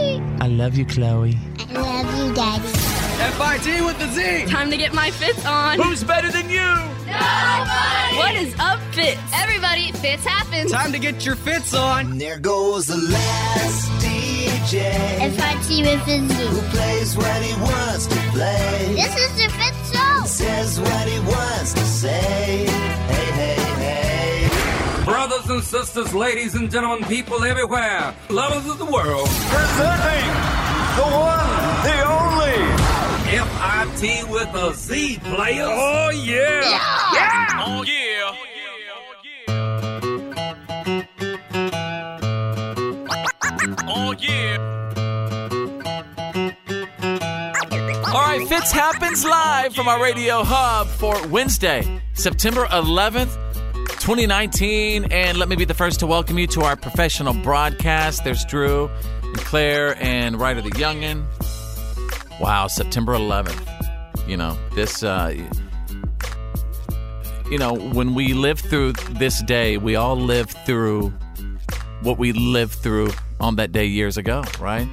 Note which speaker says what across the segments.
Speaker 1: love you, Chloe.
Speaker 2: I love you, Daddy.
Speaker 3: FIT with the Z.
Speaker 4: Time to get my fits on.
Speaker 3: Who's better than you?
Speaker 4: What is up, fits?
Speaker 5: Everybody, fits happens.
Speaker 3: Time to get your fits on.
Speaker 6: There goes the last DJ
Speaker 2: If I see with
Speaker 6: who
Speaker 2: Fizzy.
Speaker 6: plays what he wants to play,
Speaker 2: This is the fifth show.
Speaker 6: says what he wants to say. Hey, hey, hey.
Speaker 7: Brothers and sisters, ladies and gentlemen, people everywhere, lovers of the world,
Speaker 8: Presenting the one, the only.
Speaker 7: FIT with a Z players.
Speaker 8: Oh, yeah.
Speaker 7: Oh, yeah. Oh, yeah.
Speaker 9: All right, Fitz happens live from our radio hub for Wednesday, September 11th. 2019, and let me be the first to welcome you to our professional broadcast. There's Drew and Claire and Ryder the Youngin. Wow, September 11th. You know, this, uh, you know, when we live through this day, we all live through what we lived through on that day years ago, right?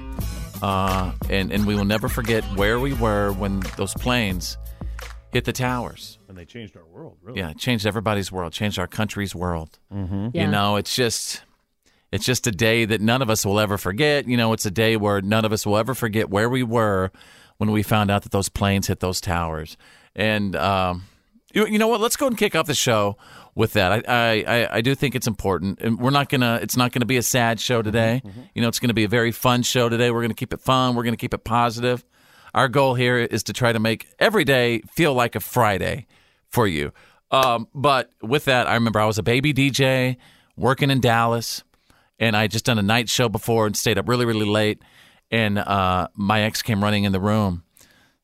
Speaker 9: uh, and and we will never forget where we were when those planes hit the towers.
Speaker 8: And they changed our world, really. Mm-hmm.
Speaker 9: Yeah, it changed everybody's world, changed our country's world.
Speaker 4: Yeah.
Speaker 9: You know, it's just it's just a day that none of us will ever forget. You know, it's a day where none of us will ever forget where we were when we found out that those planes hit those towers. And um, you, you know what? Let's go and kick off the show with that. I I, I, I do think it's important. And we're not gonna. It's not gonna be a sad
Speaker 8: Mm-hmm.
Speaker 9: show today. You know, it's gonna be a very fun show today. We're gonna keep it fun. We're gonna keep it positive. Our goal here is to try to make every day feel like a Friday for you. Um, but with that, I remember I was a baby DJ working in Dallas, and I had just done a night show before and stayed up really, really late. And uh, my ex came running in the room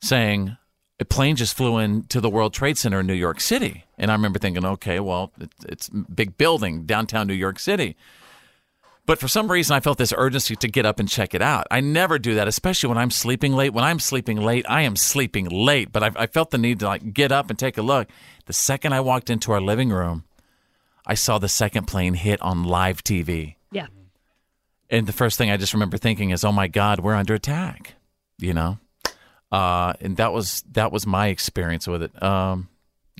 Speaker 9: saying, a plane just flew into the World Trade Center in New York City. And I remember thinking, okay, well, it, it's a big building downtown New York City. But for some reason, I felt this urgency to get up and check it out. I never do that, especially when I'm sleeping late. When I'm sleeping late, I am sleeping late. But I, I felt the need to like get up and take a look. The second I walked into our living room, I saw the second plane hit on live TV.
Speaker 4: Yeah.
Speaker 9: And the first thing I just remember thinking is, "Oh my God, we're under attack," you know. Uh, and that was that was my experience with it. Um,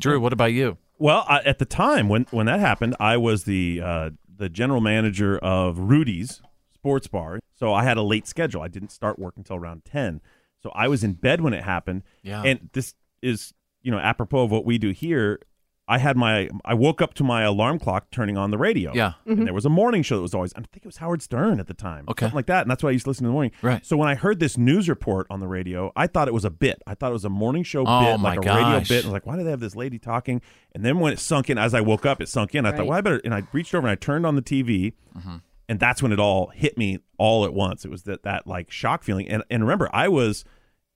Speaker 9: Drew, what about you?
Speaker 8: Well, I, at the time when when that happened, I was the uh, the general manager of Rudy's Sports Bar, so I had a late schedule. I didn't start work until around ten, so I was in bed when it happened.
Speaker 9: Yeah.
Speaker 8: and this is you know apropos of what we do here. I had my I woke up to my alarm clock turning on the radio.
Speaker 9: Yeah.
Speaker 8: and there was a morning show that was always. I think it was Howard Stern at the time.
Speaker 9: Okay.
Speaker 8: something like that, and that's why I used to listen in the morning.
Speaker 9: Right.
Speaker 8: So when I heard this news report on the radio, I thought it was a bit. I thought it was a morning show
Speaker 9: Oh,
Speaker 8: bit,
Speaker 9: my
Speaker 8: like a radio
Speaker 9: gosh.
Speaker 8: bit. I was like, why do they have this lady talking? And then when it sunk in, as I woke up, it sunk in. I thought,
Speaker 4: Right.
Speaker 8: well, I better. And I reached over and I turned on the TV,
Speaker 9: Mm-hmm.
Speaker 8: and that's when it all hit me all at once. It was that that like shock feeling. And and remember, I was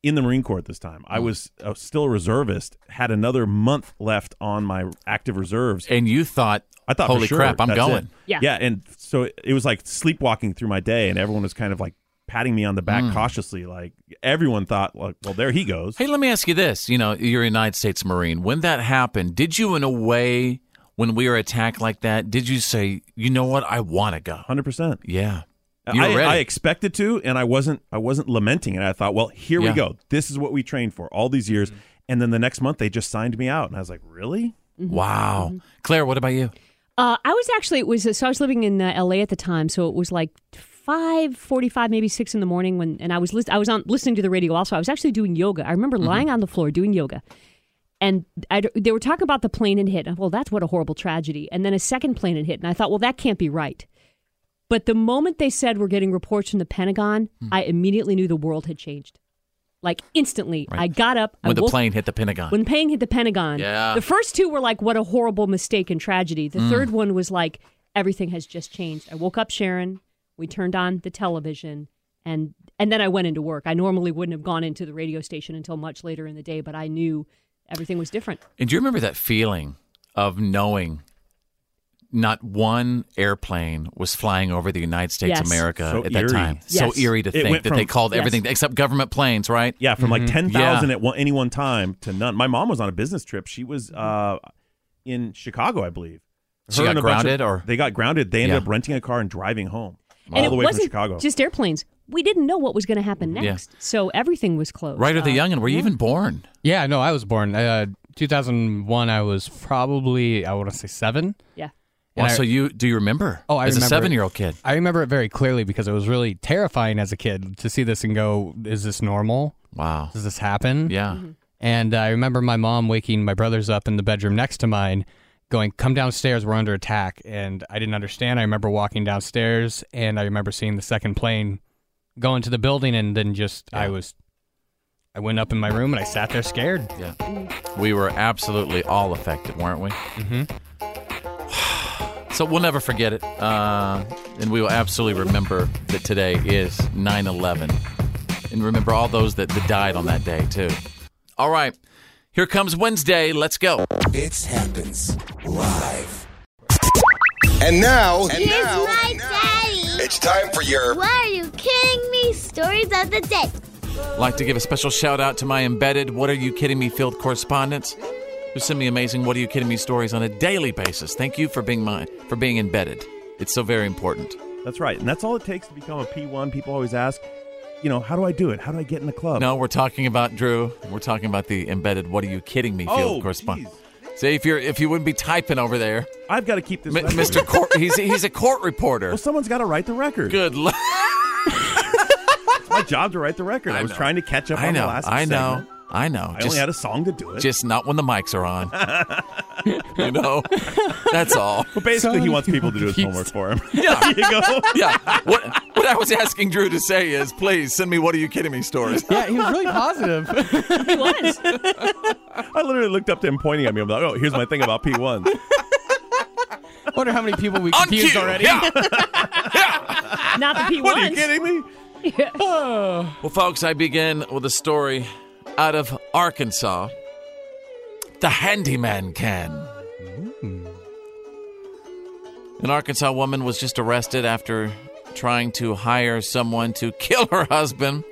Speaker 8: in the Marine Corps at this time.
Speaker 9: Mm.
Speaker 8: I was uh, still a reservist. Had another month left on my active reserves.
Speaker 9: And you thought,
Speaker 8: I thought, for
Speaker 9: holy
Speaker 8: sure,
Speaker 9: crap, I'm
Speaker 8: that's
Speaker 9: going.
Speaker 8: it.
Speaker 4: Yeah.
Speaker 8: yeah. And so it it was like sleepwalking through my day, and everyone was kind of like patting me on the back cautiously. Like everyone thought, like, well, there he goes.
Speaker 9: Mm. Hey, let me ask you this. You know, you're a United States Marine. When that happened, did you, in a way, when we were attacked like that, did you say, you know what, I want to go?
Speaker 8: Hundred percent.
Speaker 9: Yeah. You were
Speaker 8: I,
Speaker 9: ready.
Speaker 8: I expected to, and I wasn't. I wasn't lamenting it. I thought, well, here
Speaker 9: Yeah. Mm-hmm.
Speaker 8: we go. This is what we trained for all these years. And then the next month, they just signed me out, and I was like, really?
Speaker 9: wow. Mm-hmm. Claire, what about you?
Speaker 4: Uh, I was actually it was so I was living in uh, L.A. at the time, so it was like five forty-five, maybe six in the morning when, and I was lis- I was on listening to the radio. Also, I was actually doing yoga. I
Speaker 9: Mm-hmm.
Speaker 4: remember lying on the floor doing yoga, and I, they were talking about the plane and hit. And, Well, that's what a horrible tragedy. And then a second plane had hit, and I thought, well, that can't be right. But the moment they said we're getting reports from the Pentagon,
Speaker 9: Hmm.
Speaker 4: I immediately knew the world had changed. Like instantly, I got up. I
Speaker 9: When the
Speaker 4: woke
Speaker 9: plane hit the Pentagon.
Speaker 4: when Pang hit the Pentagon,
Speaker 9: Yeah.
Speaker 4: the first two were like, what a horrible mistake and tragedy. The third one was like, everything has just changed. I woke up Sharon, we turned on the television, and and then I went into work. I normally wouldn't have gone into the radio station until much later in the day, but I knew everything was different.
Speaker 9: And do you remember that feeling of knowing not one airplane was flying over the United States
Speaker 4: Yes.
Speaker 9: of America
Speaker 8: So
Speaker 9: at that
Speaker 8: eerie.
Speaker 9: time?
Speaker 4: Yes.
Speaker 9: So eerie to
Speaker 8: It
Speaker 9: think
Speaker 8: went
Speaker 9: that they
Speaker 8: from-
Speaker 9: called
Speaker 4: Yes. Mm-hmm.
Speaker 9: everything except government planes, right?
Speaker 8: Yeah, from like ten thousand
Speaker 9: Mm-hmm. Yeah.
Speaker 8: at one, any one time to none. My mom was on a business trip. She was uh, in Chicago, I believe.
Speaker 9: Mm-hmm. She
Speaker 8: Her
Speaker 9: got
Speaker 8: and a bunch
Speaker 9: grounded,
Speaker 8: of,
Speaker 9: or-
Speaker 8: they got grounded. They ended
Speaker 9: Yeah.
Speaker 8: up renting a car and driving home
Speaker 4: and
Speaker 8: all
Speaker 4: it
Speaker 8: the way from
Speaker 4: wasn't
Speaker 8: Chicago.
Speaker 4: just airplanes. we didn't know what was going to happen
Speaker 9: Yeah.
Speaker 4: next. So everything was closed.
Speaker 9: Right at the
Speaker 4: Uh,
Speaker 9: youngin, were you even born?
Speaker 1: Yeah, no, I was born uh, 2001. I was probably I want to say seven.
Speaker 4: Yeah.
Speaker 9: Wow,
Speaker 1: And I-
Speaker 9: so you do you remember?
Speaker 1: Oh, I
Speaker 9: as
Speaker 1: remember.
Speaker 9: a seven-year-old kid.
Speaker 1: I remember it very clearly because it was really terrifying as a kid to see this and go, "Is this normal?
Speaker 9: Wow.
Speaker 1: Does this happen?"
Speaker 9: Yeah.
Speaker 1: And I remember my mom waking my brothers up in the bedroom next to mine, going, Come downstairs, we're under attack. And I didn't understand. I remember walking downstairs and I remember seeing the second plane go into the building. And then just, I was, I went up in my room and I sat there scared.
Speaker 9: We were absolutely all affected, weren't we? Mm-hmm. So we'll never forget it. Uh, and we will absolutely remember that today is 9 11. And remember all those that, that died on that day, too. All right. Here comes Wednesday. Let's go.
Speaker 6: It happens live. And now, and
Speaker 2: Here's
Speaker 6: now,
Speaker 2: my daddy.
Speaker 6: it's time for your
Speaker 2: Why are you kidding me? Stories of the dead.
Speaker 9: like to give a special shout out to my embedded What Are You Kidding Me field correspondents who send me amazing What Are You Kidding Me stories on a daily basis. Thank you for being my for being embedded. It's so very important.
Speaker 8: That's right. And that's all it takes to become a P1. People always ask, you know, how do I do it? How do I get in the club?
Speaker 9: No, we're talking about Drew. We're talking about the embedded What Are You Kidding Me field
Speaker 8: Oh,
Speaker 9: correspondent. See if you're if you wouldn't be typing over there,
Speaker 8: I've got to keep this
Speaker 9: M-
Speaker 8: record.
Speaker 9: Mr. Court. He's he's a court reporter.
Speaker 8: Well, someone's got to write the record.
Speaker 9: Good luck.
Speaker 8: It's my job to write the record. I,
Speaker 9: I
Speaker 8: was
Speaker 9: know.
Speaker 8: trying to catch up
Speaker 9: I
Speaker 8: on the
Speaker 9: know.
Speaker 8: last
Speaker 9: I know.
Speaker 8: segment.
Speaker 9: I know.
Speaker 8: I only had a song to do it.
Speaker 9: just not when the mics are on. you know, that's all.
Speaker 8: but basically, he wants people to do his
Speaker 1: He's-
Speaker 8: homework for him. Yeah. there you go.
Speaker 9: yeah. What what I was asking Drew to say is, please send me what are you kidding me stories.
Speaker 1: Yeah, he was really positive.
Speaker 4: It was.
Speaker 8: I literally looked up to him pointing at me. I'm like, oh, here's my thing about P1.
Speaker 1: Wonder how many people we
Speaker 9: On cue.
Speaker 1: confused already.
Speaker 9: Yeah.
Speaker 4: Not the P1s.
Speaker 8: what are you kidding me? Ah.
Speaker 9: Well, folks, I begin with a story out of Arkansas. The handyman can. An Arkansas woman was just arrested after trying to hire someone to kill her husband.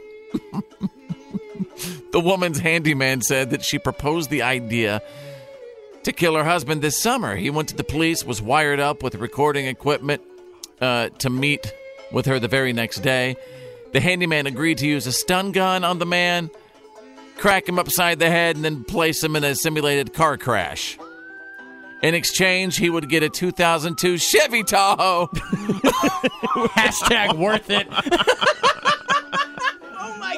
Speaker 9: the woman's handyman said that she proposed the idea to kill her husband this summer. He went to the police, was wired up with recording equipment uh, to meet with her the very next day. The handyman agreed to use a stun gun on the man, crack him upside the head, and then place him in a simulated car crash. In exchange, he would get a 2002 Chevy Tahoe.
Speaker 1: Hashtag worth it.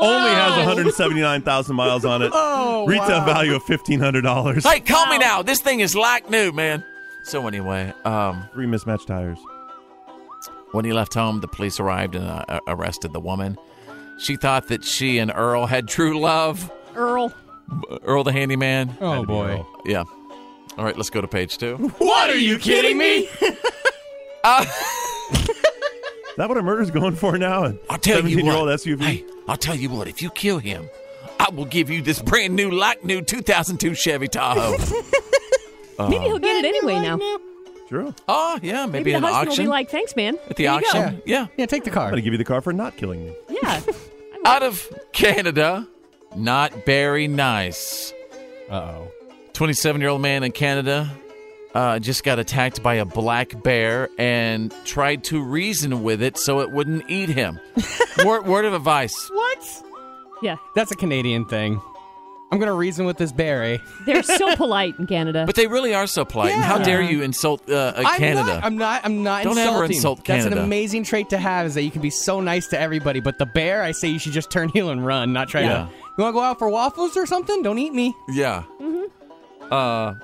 Speaker 8: Only has 179,000 miles on it. Oh, Retail value of $1,500.
Speaker 9: hey, call me now. This thing is like new, man. So anyway, um,
Speaker 8: Three mismatched tires.
Speaker 9: When he left home, the police arrived and uh, arrested the woman. She thought that she and Earl had true love.
Speaker 4: Earl.
Speaker 9: Earl the handyman.
Speaker 1: Oh, boy.
Speaker 9: Yeah. All right, let's go to page two.
Speaker 1: What are you kidding me?
Speaker 8: Is that what a murder's going for now? A
Speaker 9: I'll tell you
Speaker 8: 17 year old
Speaker 9: what.
Speaker 8: SUV?
Speaker 9: Hey, I'll tell you what. If you kill him, I will give you this brand new, like new 2002 Chevy Tahoe. Uh,
Speaker 4: Maybe he'll get it anyway now.
Speaker 8: Drew,
Speaker 9: oh, yeah, maybe,
Speaker 4: Maybe the
Speaker 9: an
Speaker 4: husband
Speaker 9: auction
Speaker 4: will be like, thanks, man.
Speaker 9: at the
Speaker 4: Here you
Speaker 9: auction. Yeah.
Speaker 1: Yeah, take the
Speaker 8: I'm
Speaker 1: car.
Speaker 8: going to give you the car for not killing me.
Speaker 4: go." Yeah.
Speaker 9: Out of Canada, not very nice.
Speaker 1: Uh oh.
Speaker 9: 27 year old man in Canada uh, just got attacked by a black bear and tried to reason with it so it wouldn't eat him. word, word of advice.
Speaker 1: What?
Speaker 4: Yeah.
Speaker 1: That's a Canadian thing. I'm going to reason with this bear, eh?
Speaker 4: They're so polite in Canada.
Speaker 9: But they really are so polite. And how
Speaker 1: Yeah.
Speaker 9: dare you insult uh, uh, Canada?
Speaker 1: I'm not. I'm not. I'm not
Speaker 9: Don't
Speaker 1: insulting.
Speaker 9: ever insult
Speaker 1: That's
Speaker 9: Canada.
Speaker 1: an amazing trait to have is that you can be so nice to everybody. But the bear, I say you should just turn heel and run, not try
Speaker 9: Yeah.
Speaker 1: to. You want to go out for waffles or something? Don't eat me.
Speaker 9: yeah.
Speaker 1: Mm-hmm.
Speaker 9: Uh,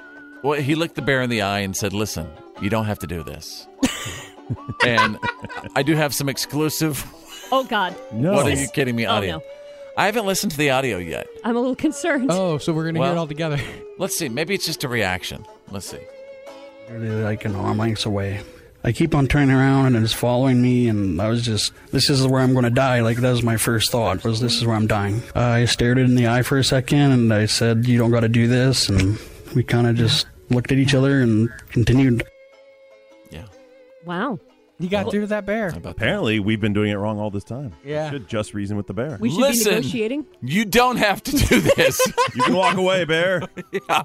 Speaker 9: well, he looked the bear in the eye and said, Listen, you don't have to do this. and I do have some exclusive.
Speaker 4: oh, God.
Speaker 8: No.
Speaker 9: What are you kidding me?
Speaker 4: Oh,
Speaker 9: Audio.
Speaker 4: no.
Speaker 9: I haven't listened to the audio yet.
Speaker 4: I'm a little concerned.
Speaker 1: Oh, so we're gonna
Speaker 9: Well-
Speaker 1: hear it all together.
Speaker 9: Let's see. Maybe it's just a reaction. Let's see.
Speaker 10: Literally, like an arm lengths away. I keep on turning around and it's following me, and I was just, this is where I'm going to die. Like that was my first thought was this is where I'm dying. I stared it in the eye for a second, and I said, "You don't got to do this," and we kind of just looked at each other and continued.
Speaker 9: Yeah.
Speaker 4: Wow.
Speaker 1: You got through that bear.
Speaker 9: How about that?
Speaker 8: Apparently, we've been doing it wrong all this time.
Speaker 1: Yeah.
Speaker 8: You should just reason with the bear.
Speaker 4: We should
Speaker 9: Listen.
Speaker 4: be negotiating.
Speaker 9: You don't have to do this.
Speaker 8: you can walk away, bear.
Speaker 9: yeah.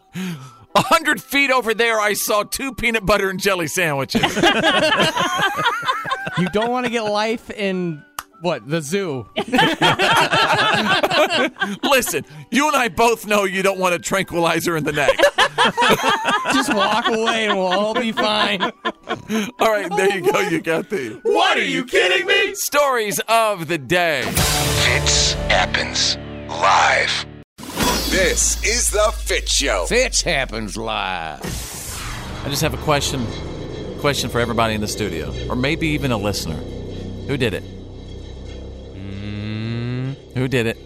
Speaker 9: A hundred feet over there, I saw two peanut butter and jelly sandwiches.
Speaker 1: You don't want to get life in What? The zoo.
Speaker 9: Listen, you and I both know you don't want a tranquilizer in the neck.
Speaker 1: Just walk away and we'll all be fine.
Speaker 9: All right, there you go. You got the. What are you kidding me? Stories of the day.
Speaker 11: Fitz happens live. This is the Fit Show. Fitz happens live.
Speaker 9: I just have a question, question for everybody in the studio, or maybe even a listener. Who did it? Who did it?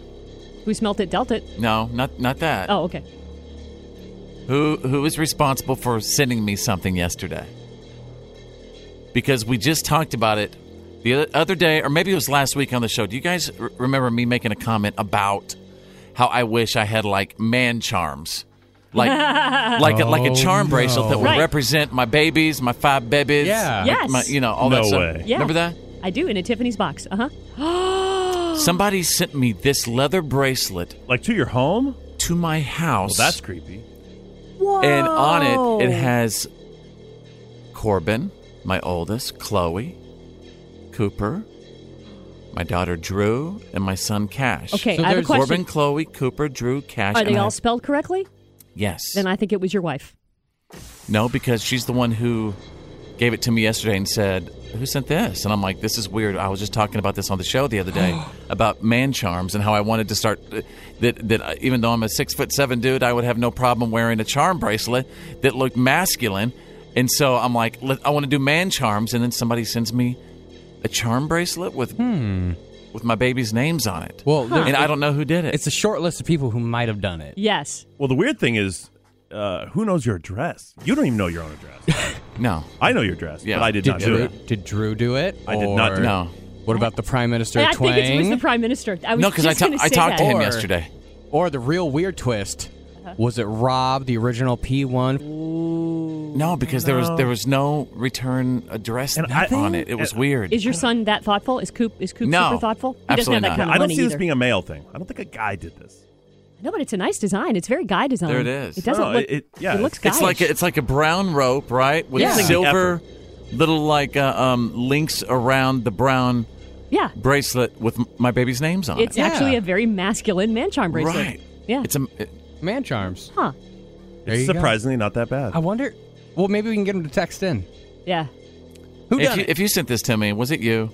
Speaker 4: We smelt it, dealt it.
Speaker 9: No, not not that.
Speaker 4: Oh, okay.
Speaker 9: Who who is responsible for sending me something yesterday? Because we just talked about it the o- other day, or maybe it was last week on the show. Do you guys r- remember me making a comment about how I wish I had like man charms, like like a, like a charm
Speaker 12: Oh,
Speaker 9: bracelet that would
Speaker 4: Right.
Speaker 9: represent my babies, my five babies,
Speaker 4: Yeah. Yes.
Speaker 9: my, you know all that
Speaker 8: No
Speaker 9: stuff.
Speaker 8: way.
Speaker 4: Yeah.
Speaker 9: Remember that?
Speaker 4: I do in a Tiffany's box. Uh huh.
Speaker 9: Somebody sent me this leather bracelet,
Speaker 8: like to your home,
Speaker 9: to my house.
Speaker 8: Well, that's creepy.
Speaker 9: And on it, it
Speaker 4: Whoa.
Speaker 9: has Corbin, my oldest, Chloe, Cooper, my daughter Drew, and my son Cash.
Speaker 4: Okay, So I have a there's- question.
Speaker 9: Corbin, Chloe, Cooper, Drew, Cash.
Speaker 4: Are
Speaker 9: and
Speaker 4: they
Speaker 9: I
Speaker 4: all
Speaker 9: have-
Speaker 4: spelled correctly?
Speaker 9: yes.
Speaker 4: Then I think it was your wife.
Speaker 9: no, because she's the one who gave it to me yesterday and said, "Who sent this?" And I'm like, "This is weird." I was just talking about this on the show the other day about man charms and how I wanted to start uh, that that I- even though I'm a six foot seven dude, I would have no problem wearing a charm bracelet that looked masculine. And so I'm like, "Let- I want to do man charms, and then somebody sends me a charm bracelet with with my baby's names on it.
Speaker 1: Hmm. Well, there's-
Speaker 9: and I don't know who did it.
Speaker 1: It's a short list of people who might have done it.
Speaker 4: Yes.
Speaker 8: Well, the weird thing is, uh, who knows your address? You don't even know your own address.
Speaker 9: no,
Speaker 8: I know your address, but I did, not do
Speaker 1: Drew,
Speaker 8: it.
Speaker 1: Did Drew do it?
Speaker 8: I did not
Speaker 1: Or-
Speaker 8: do it. No.
Speaker 1: What about the Prime Minister
Speaker 4: I
Speaker 1: Twang?
Speaker 4: think it was the prime minister. I was
Speaker 9: No, 'cause I
Speaker 4: just
Speaker 9: ta-
Speaker 4: gonna
Speaker 9: I
Speaker 4: say
Speaker 9: talked to
Speaker 4: that. Uh-huh.
Speaker 9: him yesterday.
Speaker 1: Or the real weird twist. Was it Rob, the original P1?
Speaker 9: No, because there was
Speaker 4: No.
Speaker 9: there was no return address on it. It was weird.
Speaker 4: Is your son that thoughtful? Is Coop is Coop
Speaker 9: No,
Speaker 4: super thoughtful? He doesn't
Speaker 9: absolutely
Speaker 4: have that
Speaker 9: not.
Speaker 4: kind of
Speaker 8: I don't
Speaker 4: money
Speaker 8: see this
Speaker 4: either.
Speaker 8: being a male thing. I don't think a guy did this.
Speaker 4: no, but it's a nice design. It's very guy design.
Speaker 9: There it is.
Speaker 4: It doesn't
Speaker 9: No,
Speaker 4: look.
Speaker 9: it-
Speaker 8: yeah,
Speaker 4: it looks guy.
Speaker 9: It's like a, it's like a brown rope, right, with
Speaker 4: Yeah. It's like
Speaker 9: silver little like uh, um, links around the brown
Speaker 4: yeah.
Speaker 9: bracelet with m- my baby's names on
Speaker 4: It's
Speaker 9: it.
Speaker 4: actually a very masculine man charm bracelet.
Speaker 9: Right.
Speaker 4: Yeah.
Speaker 9: It's a it-
Speaker 1: Man charms.
Speaker 4: huh.
Speaker 1: There
Speaker 8: it's
Speaker 1: you go.
Speaker 8: surprisingly not that bad.
Speaker 1: I wonder. Well, maybe we can get him to text in.
Speaker 9: Oh
Speaker 4: Yeah.
Speaker 1: Who
Speaker 9: if
Speaker 1: done
Speaker 9: you,
Speaker 1: it?
Speaker 9: if you sent this to me, was it you?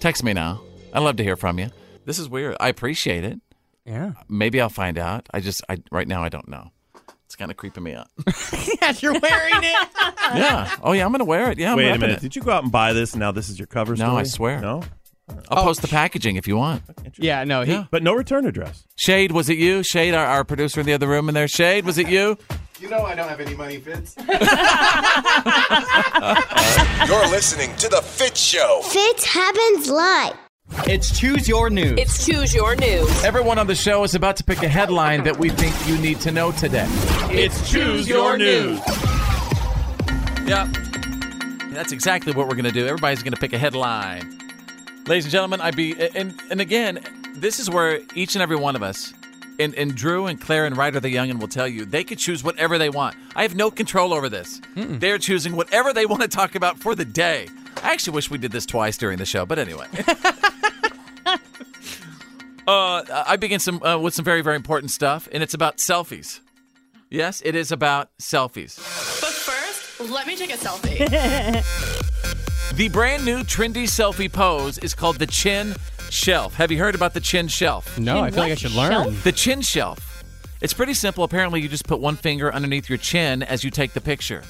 Speaker 9: Text me now. I'd love to hear from you. This is weird. I appreciate it.
Speaker 1: Yeah.
Speaker 9: Maybe I'll find out. I just I right now I don't know. It's kind of creeping me out.
Speaker 1: yes, you're wearing it.
Speaker 9: yeah. Oh yeah, I'm gonna wear it. Yeah. I'm
Speaker 8: Wait a
Speaker 9: repping
Speaker 8: minute.
Speaker 9: it.
Speaker 8: Did you go out and buy this? And now this is your cover
Speaker 9: No,
Speaker 8: story?
Speaker 9: I swear.
Speaker 8: No. Oh.
Speaker 9: I'll post the packaging if you want.
Speaker 1: Yeah, no. He,
Speaker 8: But no return address.
Speaker 9: Shade, was it you? Shade, our, our producer in the other room in there. Shade, was it you?
Speaker 11: You know I don't have any money, Fitz. You're listening to the Fit Show.
Speaker 2: Fitz happens live.
Speaker 3: It's choose your news.
Speaker 13: It's Choose Your News.
Speaker 9: Everyone on the show is about to pick a headline that we think you need to know today.
Speaker 3: It's choose your news.
Speaker 9: Yep. That's exactly what we're going to do. Everybody's going to pick a headline. Ladies and gentlemen, I be and and again, this is where each and every one of us and, and Drew and Claire and Ryder the Youngin will tell you they could choose whatever they want. I have no control over this. They're choosing whatever they want to talk about for the day. I actually wish we did this twice during the show, but anyway. uh, I begin some uh, with some very very important stuff, and it's about selfies. Yes, it is about selfies.
Speaker 13: But first, let me take a selfie.
Speaker 9: The brand new trendy selfie pose is called the chin shelf. Have you heard about the chin shelf?
Speaker 1: No, Chin I feel like what I should learn. shelf?
Speaker 9: The chin shelf. It's pretty simple. Apparently, you just put one finger underneath your chin as you take the picture.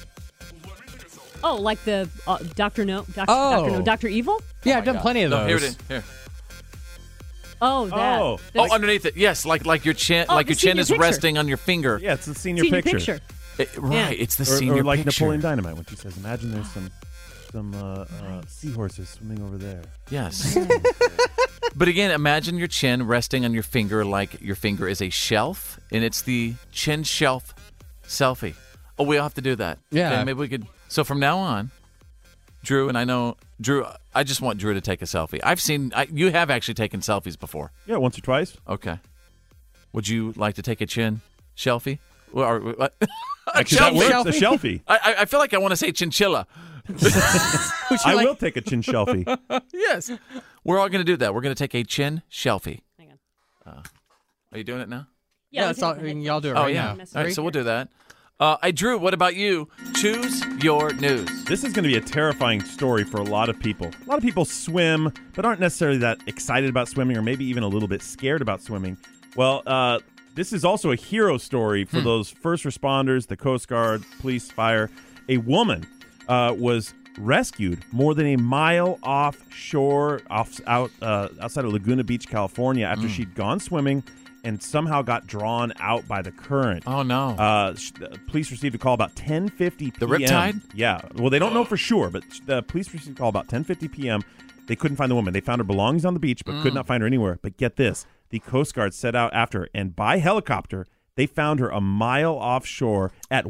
Speaker 4: Oh, like the uh, Doctor No, Doctor
Speaker 9: Oh.
Speaker 4: No, Doctor Evil.
Speaker 1: Yeah, I've done plenty of
Speaker 9: No,
Speaker 1: those.
Speaker 9: here it is. Here.
Speaker 4: Oh, that.
Speaker 9: Oh,
Speaker 4: That's-
Speaker 9: underneath it. Yes, like like your chin,
Speaker 4: Oh,
Speaker 9: like
Speaker 4: the
Speaker 9: your chin
Speaker 4: senior
Speaker 9: is
Speaker 4: picture.
Speaker 9: resting on your finger.
Speaker 8: Yeah, it's the senior,
Speaker 4: Senior
Speaker 8: picture.
Speaker 4: picture.
Speaker 9: It- right, it's the
Speaker 8: or,
Speaker 9: senior
Speaker 8: Or like
Speaker 9: picture.
Speaker 8: Napoleon Dynamite when she says, "Imagine there's some some uh, uh, seahorses swimming over there."
Speaker 9: Yes. but again, imagine your chin resting on your finger like your finger is a shelf, and it's the chin shelf selfie. Oh, we all have to do that.
Speaker 1: Yeah.
Speaker 9: Okay, maybe we could. So from now on, Drew and I know Drew. I just want Drew to take a selfie. I've seen I, you have actually taken selfies before.
Speaker 8: Yeah, once or twice.
Speaker 9: Okay. Would you like to take a chin selfie? Or, or- what? a
Speaker 8: Actually, that
Speaker 9: selfie?
Speaker 8: works. A selfie.
Speaker 9: I, I- I feel like I want to say chinchilla.
Speaker 8: I will take a chin shelfie.
Speaker 9: yes. We're all going to do that. We're going to take a chin shelfie. Hang on. Uh, are you doing it now?
Speaker 1: Yeah, Yeah, it's all- y'all do it
Speaker 9: oh,
Speaker 1: right
Speaker 9: yeah.
Speaker 1: now.
Speaker 9: All right, so we'll do that. Uh, I Drew, what about you? Choose your news.
Speaker 8: This is going to be a terrifying story for a lot of people. A lot of people swim, but aren't necessarily that excited about swimming, or maybe even a little bit scared about swimming. Well, uh, this is also a hero story
Speaker 9: Hmm.
Speaker 8: for those first responders, the Coast Guard, police, fire. A woman uh, was rescued more than a mile offshore, off out uh, outside of Laguna Beach, California,
Speaker 9: Hmm.
Speaker 8: after she'd gone swimming and somehow got drawn out by the current.
Speaker 9: Oh no!
Speaker 8: Uh, sh- the police received a call about 10:50 p.m.
Speaker 9: The riptide?
Speaker 8: Yeah. Well, they don't know for sure, but sh- the police received a call about 10:50 p.m. They couldn't find the woman. They found her belongings on the beach, but could
Speaker 9: Mm.
Speaker 8: not find her anywhere. But get this: the Coast Guard set out after her, and by helicopter, they found her a mile offshore at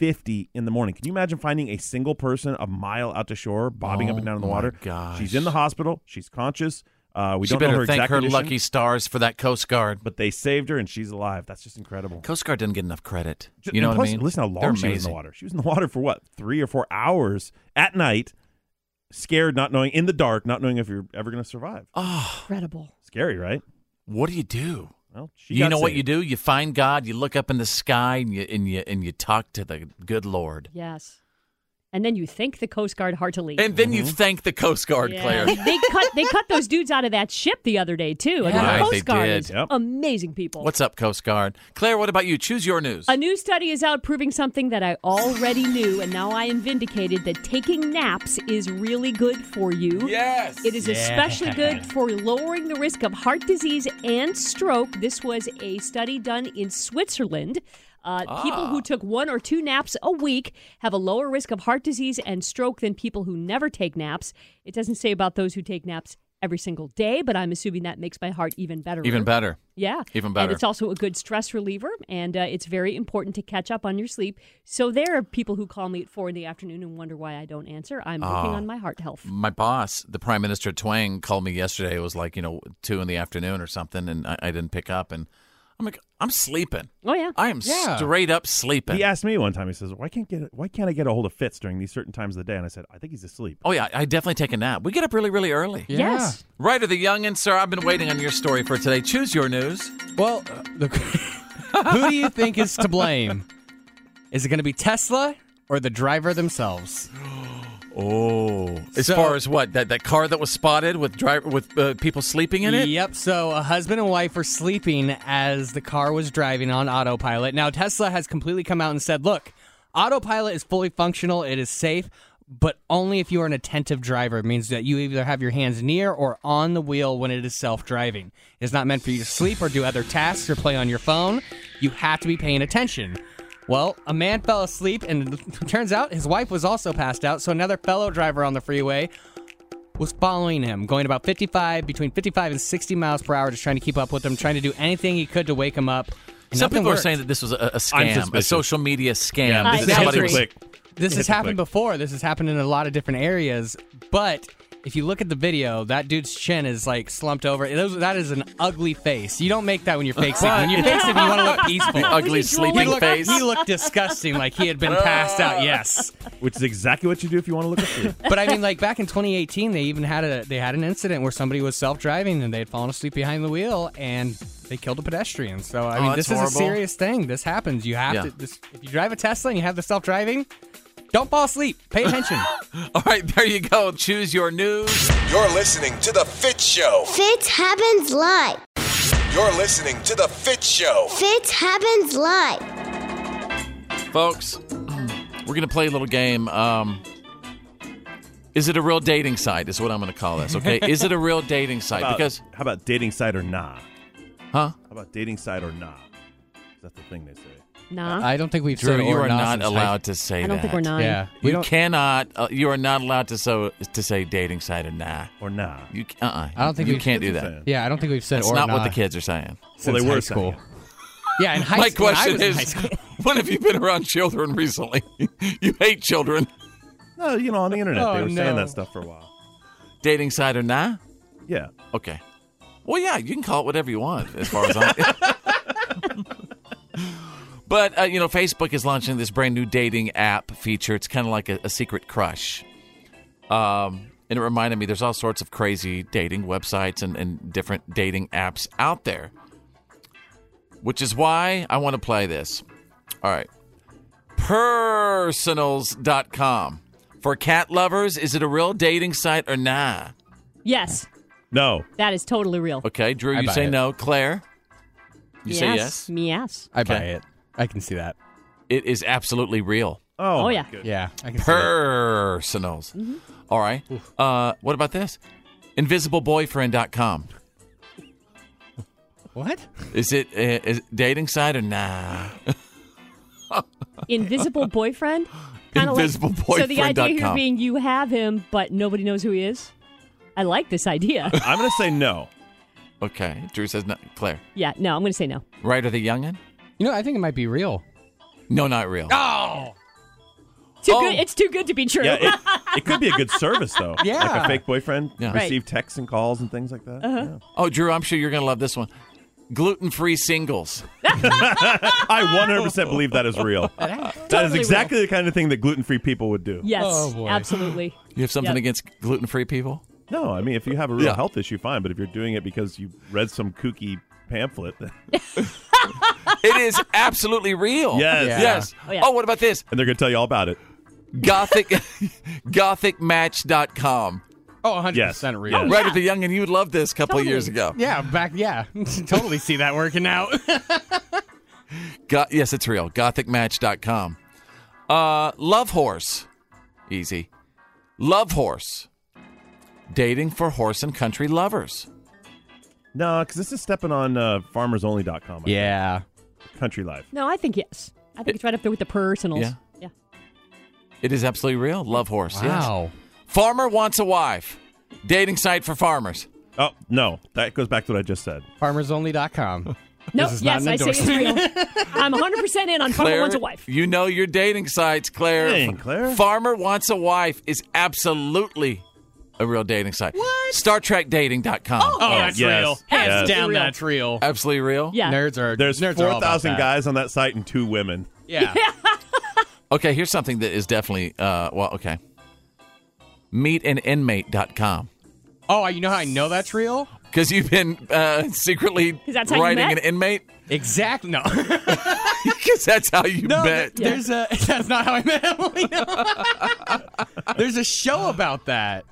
Speaker 8: 1:50 in the morning. Can you imagine finding a single person a mile out to shore, bobbing up
Speaker 9: Oh
Speaker 8: and down in the
Speaker 9: my
Speaker 8: water?
Speaker 9: gosh.
Speaker 8: She's in the hospital. She's conscious. Uh, we
Speaker 9: she
Speaker 8: don't
Speaker 9: better
Speaker 8: know her
Speaker 9: thank
Speaker 8: exact
Speaker 9: her
Speaker 8: condition,
Speaker 9: lucky stars for that Coast Guard.
Speaker 8: But they saved her, and she's alive. That's just incredible.
Speaker 9: Coast Guard doesn't get enough credit.
Speaker 8: Ju-
Speaker 9: You know
Speaker 8: and
Speaker 9: what I
Speaker 8: plus,
Speaker 9: mean?
Speaker 8: Listen how
Speaker 9: They're
Speaker 8: long she was in
Speaker 9: amazing.
Speaker 8: the water. She was in the water for what three or four hours at night, scared, not knowing in the dark, not knowing if you're ever going to survive.
Speaker 9: Oh,
Speaker 4: incredible.
Speaker 8: Scary, right?
Speaker 9: What do you do?
Speaker 8: Well, she
Speaker 9: You
Speaker 8: got
Speaker 9: know what
Speaker 8: saved.
Speaker 9: you do? You find God. You look up in the sky and you and you and you talk to the good Lord.
Speaker 4: Yes. And then you thank the Coast Guard heartily.
Speaker 9: And then
Speaker 8: Mm-hmm.
Speaker 9: you thank the Coast Guard,
Speaker 4: Yeah.
Speaker 9: Claire.
Speaker 4: they cut they cut those dudes out of that ship the other day too. I mean,
Speaker 9: Right,
Speaker 4: the
Speaker 9: they
Speaker 4: Coast Guard
Speaker 9: did.
Speaker 4: is
Speaker 9: Yep.
Speaker 4: amazing people.
Speaker 9: What's up, Coast Guard? Claire, what about you? Choose your news.
Speaker 4: A new study is out proving something that I already knew, and now I am vindicated that taking naps is really good for you.
Speaker 9: Yes.
Speaker 4: It is especially good for lowering the risk of heart disease and stroke. This was a study done in Switzerland. Uh, People
Speaker 9: Ah.
Speaker 4: who took one or two naps a week have a lower risk of heart disease and stroke than people who never take naps. It doesn't say about those who take naps every single day, but I'm assuming that makes my heart even better.
Speaker 9: Even better.
Speaker 4: Yeah.
Speaker 9: Even better.
Speaker 4: And it's also a good stress reliever, and uh, it's very important to catch up on your sleep. So there are people who call me at four in the afternoon and wonder why I don't answer. I'm working
Speaker 9: Oh.
Speaker 4: on my heart health.
Speaker 9: My boss, the Prime Minister Twang, called me yesterday. It was like you know two in the afternoon or something, and I, I didn't pick up. And I'm like, I'm sleeping.
Speaker 4: Oh yeah,
Speaker 9: I am
Speaker 8: Yeah.
Speaker 9: straight up sleeping.
Speaker 8: He asked me one time. He says, "Why can't get why can't I get a hold of Fitz during these certain times of the day?" And I said, "I think he's asleep."
Speaker 9: Oh yeah, I definitely take a nap. We get up really, really early.
Speaker 8: Yeah. Yes.
Speaker 9: Right of the young and sir, I've been waiting on your story for today. Choose your news.
Speaker 1: Well, uh, Who do you think is to blame? Is it going to be Tesla or the driver themselves?
Speaker 9: Oh, as
Speaker 1: So-
Speaker 9: far as what that, that car that was spotted with driver with uh, people sleeping in it.
Speaker 1: Yep. So a husband and wife were sleeping as the car was driving on autopilot. Now Tesla has completely come out and said, "Look, autopilot is fully functional. It is safe." But only if you are an attentive driver. It means that you either have your hands near or on the wheel when it is self driving. It is not meant for you to sleep or do other tasks or play on your phone. You have to be paying attention. Well, a man fell asleep, and it turns out his wife was also passed out. So another fellow driver on the freeway was following him, going about 55, between 55 and 60 miles per hour, just trying to keep up with him, trying to do anything he could to wake him up. And
Speaker 9: Some
Speaker 1: nothing
Speaker 9: people are
Speaker 1: worked.
Speaker 9: saying that this was a, a scam, a
Speaker 8: suspicious.
Speaker 9: social media scam.
Speaker 1: Yeah,
Speaker 9: That
Speaker 1: this is
Speaker 9: somebody
Speaker 1: happening.
Speaker 9: was-
Speaker 1: This has happened before. This has happened in a lot of different areas. But if you look at the video, that dude's chin is like slumped over. It is- that is an ugly face. You don't make that when you're fake sick. When you're fake sick, you want to look peaceful.
Speaker 9: The ugly
Speaker 1: You
Speaker 9: sleeping
Speaker 1: look-
Speaker 9: face.
Speaker 1: You look disgusting, like he had been passed out. Yes.
Speaker 8: Which is exactly what you do if you want to look asleep.
Speaker 1: But I mean, like back in 2018, they even had a they had an incident where somebody was self driving and they had fallen asleep behind the wheel and they killed a pedestrian. So I
Speaker 9: Oh,
Speaker 1: mean,
Speaker 9: that's
Speaker 1: this is a
Speaker 9: horrible.
Speaker 1: serious thing. This happens. You have
Speaker 9: Yeah.
Speaker 1: to. This, if you drive a Tesla and you have the self driving, don't fall asleep. Pay attention.
Speaker 9: All right, there you go. Choose your news.
Speaker 11: You're listening to The Fit Show.
Speaker 2: Fitz happens live.
Speaker 11: You're listening to The Fit Show.
Speaker 2: Fitz happens live.
Speaker 9: Folks, we're going to play a little game. Um, is it a real dating site? Is what I'm going to call this, okay? is it a real dating site?
Speaker 8: How about-
Speaker 9: because,
Speaker 8: how about dating site or nah?
Speaker 9: huh?
Speaker 8: How about dating site or nah? That's the thing they say.
Speaker 4: Nah.
Speaker 1: I don't think we've
Speaker 9: Drew,
Speaker 1: said
Speaker 9: you
Speaker 1: or
Speaker 9: are
Speaker 1: not
Speaker 9: not
Speaker 1: since
Speaker 9: allowed
Speaker 1: high-
Speaker 9: to say that.
Speaker 4: I don't think we're not.
Speaker 1: Yeah. We
Speaker 9: You
Speaker 1: don't-
Speaker 9: cannot. Uh, you are not allowed to so to say dating site or nah.
Speaker 8: Or nah.
Speaker 9: You uh uh
Speaker 1: I don't think
Speaker 9: you
Speaker 1: we've-
Speaker 9: can't do that.
Speaker 8: That's
Speaker 1: Yeah, I don't think we've said
Speaker 9: That's
Speaker 1: or
Speaker 9: not
Speaker 1: not
Speaker 9: what the kids are saying.
Speaker 1: since
Speaker 8: they were
Speaker 1: high
Speaker 8: saying
Speaker 1: school. Yeah, in high
Speaker 9: My
Speaker 1: school, when I
Speaker 9: question
Speaker 1: was in high
Speaker 9: is,
Speaker 1: school.
Speaker 9: when have you been around children recently? you hate children.
Speaker 8: No, you know, on the internet
Speaker 1: Oh,
Speaker 8: they were saying
Speaker 1: no.
Speaker 8: that stuff for a while.
Speaker 9: Dating site or nah?
Speaker 8: Yeah.
Speaker 9: Okay. Well, yeah, you can call it whatever you want, as far as I'm. But uh, you know, Facebook is launching this brand new dating app feature. It's kind of like a, a secret crush. Um, and it reminded me there's all sorts of crazy dating websites and, and different dating apps out there, which is why I want to play this. All right. Personals.com. For cat lovers, is it a real dating site or nah?
Speaker 4: Yes,
Speaker 8: No.
Speaker 4: that is totally real.
Speaker 9: Okay, Drew,
Speaker 4: I
Speaker 9: you
Speaker 4: buy
Speaker 9: say
Speaker 4: it.
Speaker 9: no. Claire, you say yes.
Speaker 4: Me yes.
Speaker 9: I buy it. I can see that. It is absolutely real.
Speaker 4: Oh, Oh, yeah. goodness.
Speaker 1: Yeah. I can see it.
Speaker 9: Personals. All right. Uh, what about this? InvisibleBoyfriend.com.
Speaker 1: What?
Speaker 9: Is it uh, is it dating site or nah?
Speaker 4: Invisible boyfriend. Kinda like- So the idea here
Speaker 8: InvisibleBoyfriend.com.
Speaker 4: being you have him, but nobody knows who he is. I like this idea.
Speaker 8: I'm going to say no.
Speaker 9: Okay. Drew says no. Claire.
Speaker 4: yeah, no, I'm going to say no.
Speaker 9: Right or the youngin?
Speaker 1: You know, I think it might be real.
Speaker 9: No, not real.
Speaker 1: Oh.
Speaker 4: Too
Speaker 1: Oh.
Speaker 4: good. It's too good to be true.
Speaker 8: Yeah, it, it could be a good service though.
Speaker 4: Yeah.
Speaker 8: like a fake boyfriend
Speaker 9: Yeah. Right.
Speaker 8: receive texts and calls and things like that.
Speaker 4: Uh-huh.
Speaker 9: Oh, Drew, I'm sure you're going to love this one. Gluten free singles.
Speaker 8: I 100% believe that is real. that is
Speaker 9: Totally
Speaker 8: exactly the kind of thing that gluten-free people would do.
Speaker 4: Yes,
Speaker 1: Oh,
Speaker 4: absolutely.
Speaker 9: You have something
Speaker 4: Yep.
Speaker 9: against gluten free people?
Speaker 8: No, I mean if you have a real
Speaker 9: Yeah.
Speaker 8: health issue, fine. But if you're doing it because you read some kooky pamphlet, and
Speaker 9: It is absolutely real.
Speaker 8: Yes. Yeah.
Speaker 9: Yes.
Speaker 8: Oh,
Speaker 9: Oh,
Speaker 8: yeah.
Speaker 9: what about this?
Speaker 8: they're going to tell you all about it.
Speaker 9: Gothic gothicmatch.com.
Speaker 1: Oh, 100% real.
Speaker 9: Right at the young and you would love this a couple of years ago.
Speaker 1: Yeah, back. Yeah, totally see that working out.
Speaker 9: Go- yes, it's real. Gothicmatch.com. Uh, Love Horse. Easy. Love Horse. Dating for horse and country lovers.
Speaker 8: No, because this is stepping on uh, FarmersOnly.com.
Speaker 1: Yeah,
Speaker 8: Country Life.
Speaker 4: No, I think yes. I think it's right up there with the personals.
Speaker 9: Yeah.
Speaker 4: yeah.
Speaker 9: It is absolutely real. Love Horse. yes.
Speaker 1: Wow.
Speaker 9: Farmer wants a wife. Dating site for farmers.
Speaker 8: Oh no, that goes back to what I just said.
Speaker 1: FarmersOnly.com.
Speaker 4: No,
Speaker 1: This is not
Speaker 4: yes,
Speaker 1: an
Speaker 4: I say it's real. I'm 100% in on Farmer
Speaker 9: Claire,
Speaker 4: Wants a Wife.
Speaker 9: You know your dating sites, Claire.
Speaker 8: Dang, Claire.
Speaker 9: Farmer wants a wife is absolutely a real dating site. What? StarTrekDating.com.
Speaker 1: Oh, that's real. Hands down, that's real.
Speaker 9: Absolutely real.
Speaker 4: Yeah.
Speaker 1: Nerds are
Speaker 8: There's
Speaker 1: nerds are all
Speaker 8: four
Speaker 1: about
Speaker 8: thousand
Speaker 1: that.
Speaker 8: guys on that site and two women.
Speaker 1: Yeah.
Speaker 9: Okay, here's something that is definitely uh well, okay. Meetaninmate.com.
Speaker 1: Oh, you know how I know that's real?
Speaker 9: Because you've been uh, secretly
Speaker 1: Is that how you
Speaker 9: writing
Speaker 1: met?
Speaker 9: an inmate?
Speaker 1: Exactly. No.
Speaker 9: Because that's how you
Speaker 1: No,
Speaker 9: met.
Speaker 1: th- there's a. That's not how I met Emily. there's a show about that.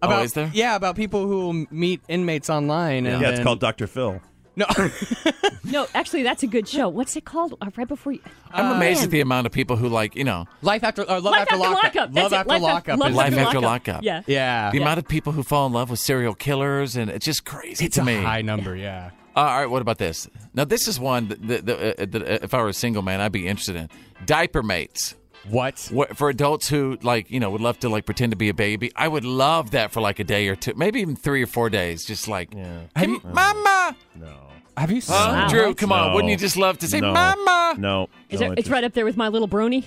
Speaker 1: About,
Speaker 9: Oh, is there?
Speaker 1: Yeah, about people who meet inmates online.
Speaker 8: Yeah,
Speaker 1: and
Speaker 8: it's
Speaker 1: then-
Speaker 8: called Dr. Phil.
Speaker 4: No, actually, that's a good show. What's it called? Uh, right before you.
Speaker 9: I'm amazed
Speaker 1: uh,
Speaker 4: Man.
Speaker 9: at the amount of people who like, you know,
Speaker 1: Life after or love
Speaker 4: Life
Speaker 1: after,
Speaker 4: After
Speaker 1: lockup.
Speaker 4: Lockup. That's
Speaker 1: Love
Speaker 4: it.
Speaker 1: after
Speaker 4: Life After-
Speaker 1: lockup.
Speaker 4: Love
Speaker 1: is-
Speaker 9: life
Speaker 4: After
Speaker 9: after
Speaker 4: Lockup.
Speaker 9: lockup.
Speaker 4: Yeah.
Speaker 1: Yeah.
Speaker 9: The amount of people who fall in love with serial killers and it's just crazy
Speaker 1: It's
Speaker 9: to
Speaker 1: a
Speaker 9: me.
Speaker 1: high number. Yeah.
Speaker 9: Uh, all right, what about this? Now, this is one that, that, that, uh, that uh, if I were a single man, I'd be interested in. Diaper mates.
Speaker 1: What?
Speaker 9: what? For adults who, like, you know, would love to, like, pretend to be a baby, I would love that for, like, a day or two, maybe even three or four days. Just like,
Speaker 1: Have you, Ah!
Speaker 9: Mama!
Speaker 1: have you seen?
Speaker 9: Huh?
Speaker 4: Wow.
Speaker 9: Drew, come on.
Speaker 8: No.
Speaker 9: Wouldn't you just love to say,
Speaker 8: No.
Speaker 9: Mama?
Speaker 8: No,
Speaker 4: Is
Speaker 8: no,
Speaker 4: it,
Speaker 8: it
Speaker 4: it's
Speaker 8: just-
Speaker 4: right up there with My Little Brony.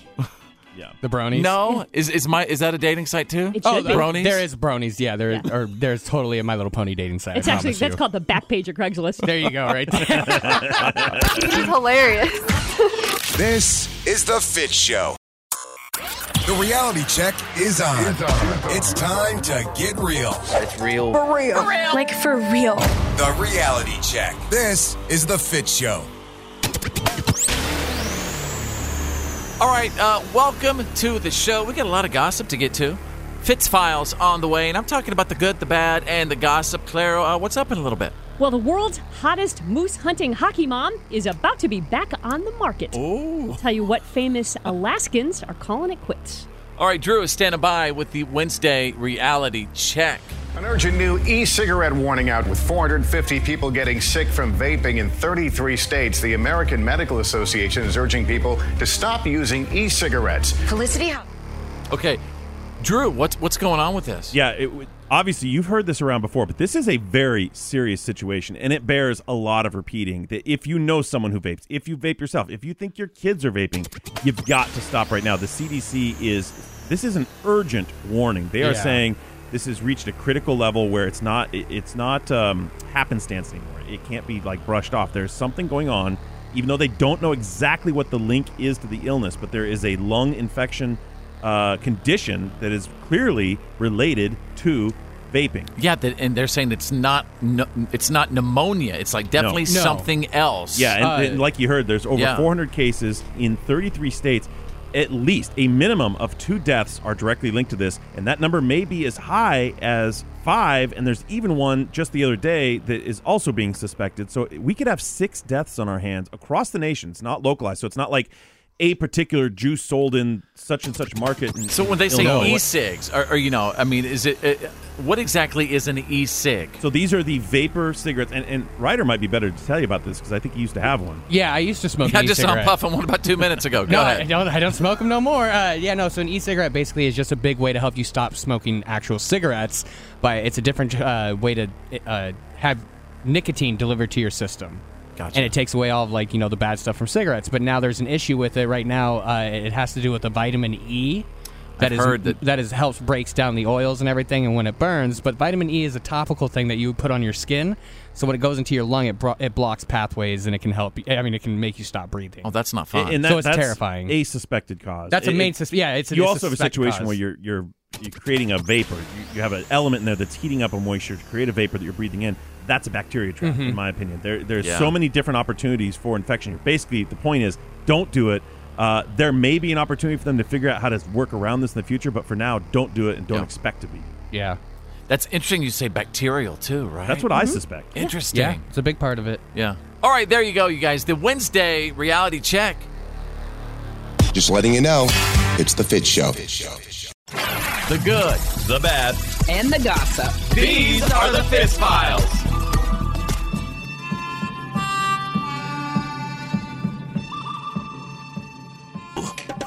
Speaker 8: Yeah.
Speaker 1: The bronies.
Speaker 9: No? Is, is, my, is that a dating site, too?
Speaker 4: It should
Speaker 1: Oh,
Speaker 4: be.
Speaker 1: there-
Speaker 9: Bronies?
Speaker 1: There is bronies. Yeah, there or there's totally a My Little Pony dating site.
Speaker 4: It's
Speaker 1: I
Speaker 4: actually
Speaker 1: promise
Speaker 4: that's
Speaker 1: you.
Speaker 4: called the back page of Craigslist.
Speaker 1: There you go, right there.
Speaker 5: This is hilarious.
Speaker 11: This is the Fit Show. The reality check is on. It's, time to get real.
Speaker 3: It's real. For real.
Speaker 12: Like for real.
Speaker 11: The reality check. This is the Fit Show.
Speaker 9: All right, uh, welcome to the show. We got a lot of gossip to get to. Fitz files on the way, and I'm talking about the good, the bad, and the gossip. Claire, uh, what's up in a little bit?
Speaker 4: Well, the world's hottest moose hunting hockey mom is about to be back on the market.
Speaker 9: Oh.
Speaker 4: Tell you what famous Alaskans are calling it quits.
Speaker 9: All right, Drew is standing by with the Wednesday reality check.
Speaker 14: An urgent new e cigarette warning out with 450 people getting sick from vaping in 33 states. The American Medical Association is urging people to stop using e cigarettes.
Speaker 12: Felicity.
Speaker 9: Okay, Drew, what's what's going on with this?
Speaker 8: Yeah, it, would- obviously you've heard this around before, but this is a very serious situation, and it bears a lot of repeating. That if you know someone who vapes, if you vape yourself, if you think your kids are vaping, you've got to stop right now. The CDC is this is an urgent warning. They are
Speaker 15: Yeah.
Speaker 8: saying this has reached a critical level where it's not it, it's not um, happenstance anymore. It can't be like brushed off. There's something going on even though they don't know exactly what the link is to the illness, but there is a lung infection uh, condition that is clearly related to vaping.
Speaker 9: Yeah, that, and they're saying it's not no, it's not pneumonia. It's like definitely
Speaker 8: No.
Speaker 9: something else.
Speaker 8: Yeah, and,
Speaker 9: Uh,
Speaker 8: and like you heard, there's over
Speaker 9: yeah.
Speaker 8: 400 cases in 33 states. At least a minimum of two deaths are directly linked to this, and that number may be as high as five. And there's even one just the other day that is also being suspected. So we could have six deaths on our hands across the nation. It's not localized, so it's not like a particular juice sold in such and such market. in-
Speaker 9: So when they say
Speaker 8: Illinois.
Speaker 9: e-cigs, or, or you know, I mean, is it uh, what exactly is an e-cig?
Speaker 8: so these are the vapor cigarettes, and, and Ryder might be better to tell you about this because I think he used to have one.
Speaker 1: Yeah, I used to smoke.
Speaker 9: Yeah, I
Speaker 1: an
Speaker 9: just saw him
Speaker 1: e-cigarette.
Speaker 9: puffing one about two minutes ago. Go
Speaker 1: no, I
Speaker 9: ahead.
Speaker 1: don't. I don't smoke them no more. Uh, yeah, no. So an e-cigarette basically is just a big way to help you stop smoking actual cigarettes, but it's a different uh, way to uh, have nicotine delivered to your system.
Speaker 9: Gotcha.
Speaker 1: And it takes away all of like you know the bad stuff from cigarettes. But now there's an issue with it right now. Uh, it has to do with the vitamin E. that
Speaker 9: I've
Speaker 1: is
Speaker 9: heard that-
Speaker 1: that is helps breaks down the oils and everything, and when it burns. But vitamin E is a topical thing that you would put on your skin. So when it goes into your lung, it bro- it blocks pathways and it can help. You, I mean, it can make you stop breathing.
Speaker 9: Oh, that's not
Speaker 8: And-
Speaker 9: fun.
Speaker 8: And that,
Speaker 1: so it's
Speaker 8: that's
Speaker 1: terrifying.
Speaker 8: A suspected cause.
Speaker 1: That's a
Speaker 8: It-
Speaker 1: main
Speaker 8: it-
Speaker 1: sus- yeah, it's a-
Speaker 8: you
Speaker 1: it's a
Speaker 8: also have a
Speaker 1: suspect
Speaker 8: situation
Speaker 1: cause.
Speaker 8: where you're you're you're creating a vapor. You, you have an element in there that's heating up a moisture to create a vapor that you're breathing in. That's a bacteria trap,
Speaker 1: Mhm.
Speaker 8: in my opinion. There there's
Speaker 1: Yeah.
Speaker 8: so many different opportunities for infection. here. Basically, the point is, don't do it. Uh, there may be an opportunity for them to figure out how to work around this in the future, but for now, don't do it and don't
Speaker 9: Yeah.
Speaker 8: expect to be.
Speaker 1: Yeah.
Speaker 9: That's interesting. You say bacterial too, right? Mm-hmm.
Speaker 8: That's what I Mhm. suspect.
Speaker 9: Interesting.
Speaker 1: Yeah, it's a big part of it.
Speaker 9: Yeah. All right, there you go, you guys. The Wednesday reality check.
Speaker 11: Just letting you know, it's the Fit Show.
Speaker 9: The good,
Speaker 3: the bad.
Speaker 13: And the gossip.
Speaker 3: These are the Fist Files.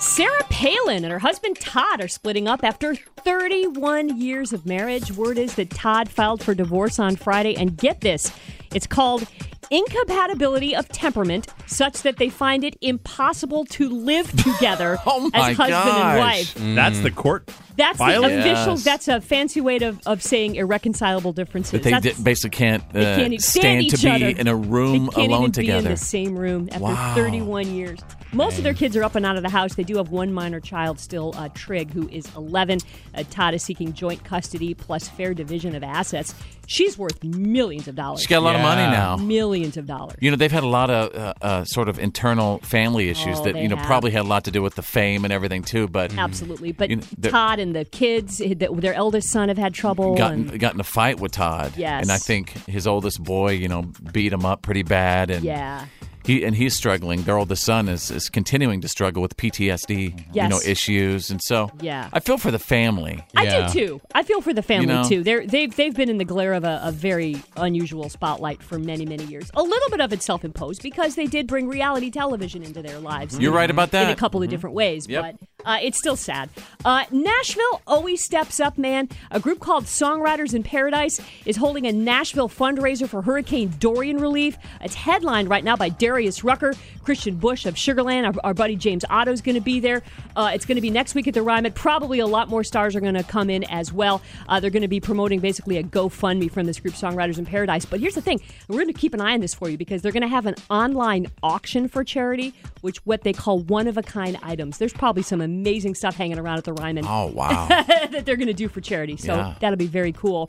Speaker 4: Sarah Palin and her husband Todd are splitting up after 31 years of marriage. Word is that Todd filed for divorce on Friday, and get this it's called incompatibility of temperament, such that they find it impossible to live together as husband and wife.
Speaker 8: Oh
Speaker 1: Mm.
Speaker 8: That's the court.
Speaker 4: That's
Speaker 9: Filing?
Speaker 4: the official,
Speaker 9: Yes.
Speaker 4: that's a fancy way of, of saying irreconcilable differences.
Speaker 9: That they
Speaker 4: That's-
Speaker 9: di- basically can't, uh,
Speaker 4: they can't even stand
Speaker 9: stand to
Speaker 4: each
Speaker 9: be
Speaker 4: other.
Speaker 9: in a room
Speaker 4: They can't
Speaker 9: alone
Speaker 4: even Be
Speaker 9: together.
Speaker 4: in the same room after
Speaker 9: Wow.
Speaker 4: 31 years. Most of their kids are up and out of the house. They do have one minor child still, uh, Trig, who is 11. Uh, Todd is seeking joint custody plus fair division of assets. She's worth millions of dollars.
Speaker 9: She's got a lot of money Yeah. now.
Speaker 4: Millions of dollars.
Speaker 9: You know, they've had a lot of uh, uh, sort of internal family issues
Speaker 4: Oh,
Speaker 9: that,
Speaker 4: they
Speaker 9: you know,
Speaker 4: have. Mm-hmm.
Speaker 9: probably had a lot to do with the fame and everything, too. But mm,
Speaker 4: Absolutely. But
Speaker 9: You know, they're-
Speaker 4: Todd and the kids, eh, th- their eldest son, have had trouble.
Speaker 9: gotten
Speaker 4: and-
Speaker 9: gotten a fight with Todd.
Speaker 4: Yes.
Speaker 9: And I think his oldest boy, you know, beat him up pretty bad and
Speaker 4: yeah.
Speaker 9: he and he's struggling. Their oldest son is is continuing to struggle with PTSD, you
Speaker 4: Yes.
Speaker 9: know, issues. And so
Speaker 4: Yeah.
Speaker 9: I feel for the family.
Speaker 4: I do too. I feel for the family
Speaker 9: know?
Speaker 4: too. They're, they've they've been in the glare of a, a very unusual spotlight for many many years. A little bit of it self imposed because they did bring reality television into their lives.
Speaker 9: You're right about
Speaker 4: in a
Speaker 9: that.
Speaker 4: couple
Speaker 9: Mhm.
Speaker 4: of different ways,
Speaker 9: Yep.
Speaker 4: but uh, it's still sad. Uh, Nashville always steps up, man. A group called Songwriters in Paradise is holding a Nashville fundraiser for Hurricane Dorian relief. It's headlined right now by Darius Rucker, Christian Bush of Sugarland. Our, our buddy James Otto is going to be there. Uh, it's going to be next week at the Ryman. Probably a lot more stars are going to come in as well. Uh, they're going to be promoting basically a GoFundMe from this group, Songwriters in Paradise. But here's the thing we're going to keep an eye on this for you because they're going to have an online auction for charity, which what they call one of a kind items. There's probably some amazing stuff hanging around at the Ryman.
Speaker 9: Oh, wow.
Speaker 4: that they're going to do for charity. So
Speaker 9: Yeah.
Speaker 4: that'll be very cool.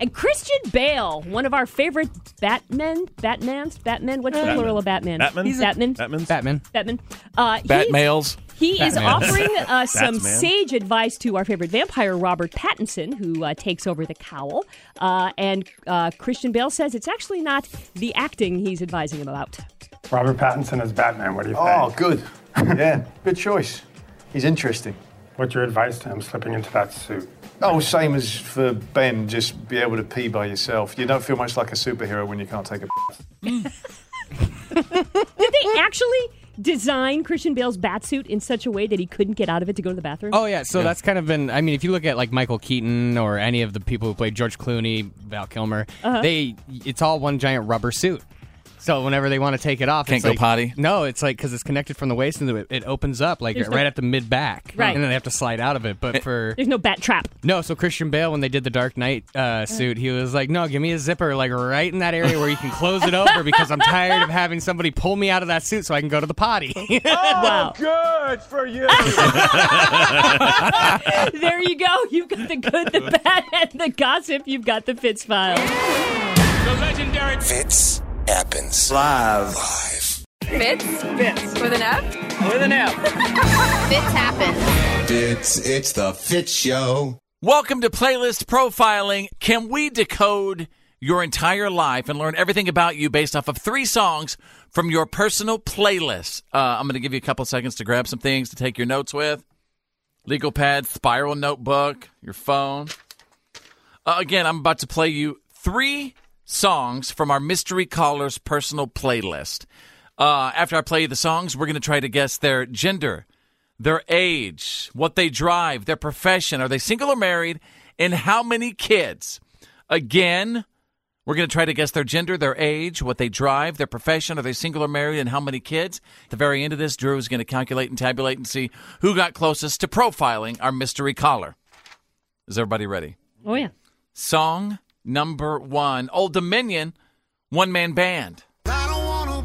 Speaker 4: And Christian Bale, one of our favorite Batmen, Batmans, Batman. What's the
Speaker 9: Batman.
Speaker 4: plural of Batman?
Speaker 9: Batman?
Speaker 4: He's Batman.
Speaker 8: Batman.
Speaker 1: Batman.
Speaker 4: Batman. Uh, he-
Speaker 9: Batmales.
Speaker 4: He is
Speaker 9: Batmans.
Speaker 4: offering uh, some
Speaker 9: Batsman.
Speaker 4: sage advice to our favorite vampire, Robert Pattinson, who uh, takes over the cowl. Uh, and uh, Christian Bale says it's actually not the acting he's advising him about.
Speaker 12: Robert Pattinson as Batman. What do you think?
Speaker 15: Oh,
Speaker 12: good. yeah, good choice. He's interesting. What's your advice to him slipping into that suit?
Speaker 15: Oh, same as for Ben, just be able to pee by yourself. You don't feel much like a superhero when you can't take a.
Speaker 4: Did they actually design Christian Bale's bat suit in such a way that he couldn't get out of it to go to the bathroom?
Speaker 1: Oh yeah, so that's kind of been. I mean, if you look at like Michael Keaton or any of the people who played George Clooney, Val Kilmer,
Speaker 4: Uh-huh.
Speaker 1: they it's all one giant rubber suit. So whenever they want to take it off,
Speaker 9: Can't
Speaker 1: it's
Speaker 9: go
Speaker 1: like-
Speaker 9: potty?
Speaker 1: No, it's like because it's connected from the waist into it, it opens up like
Speaker 4: There's
Speaker 1: right
Speaker 4: no-
Speaker 1: at the mid back,
Speaker 4: Right.
Speaker 1: And then they have to slide out of it. But for
Speaker 4: There's no bat trap.
Speaker 1: no, so Christian Bale when they did the Dark Knight uh, suit, he was like, "No, give me a zipper like right in that area where you can close it over because I'm tired of having somebody pull me out of that suit so I can go to the potty."
Speaker 9: Oh,
Speaker 4: wow.
Speaker 16: Oh, Good for you.
Speaker 4: there you go. You've got the good, the bad, and the gossip. You've got the Fitz file.
Speaker 3: The legendary
Speaker 11: Fitz happens live.
Speaker 5: Fitz? Fitz. With an F? With an F. Fitz happens.
Speaker 11: It's it's the Fit Show.
Speaker 9: Welcome to Playlist Profiling. Can we decode your entire life and learn everything about you based off of three songs from your personal playlist? Uh, I'm going to give you a couple seconds to grab some things to take your notes with legal pad, spiral notebook, your phone. Uh, again, I'm about to play you three songs from our mystery caller's personal playlist. Uh, after I play you the songs, we're going to try to guess their gender, their age, what they drive, their profession, are they single or married, and how many kids. Again, we're going to try to guess their gender, their age, what they drive, their profession, are they single or married, and how many kids. At the very end of this, Drew is going to calculate and tabulate and see who got closest to profiling our mystery caller. Is everybody ready?
Speaker 4: Oh, yeah.
Speaker 9: Song number one Old Dominion, One Man Band.
Speaker 6: I don't wanna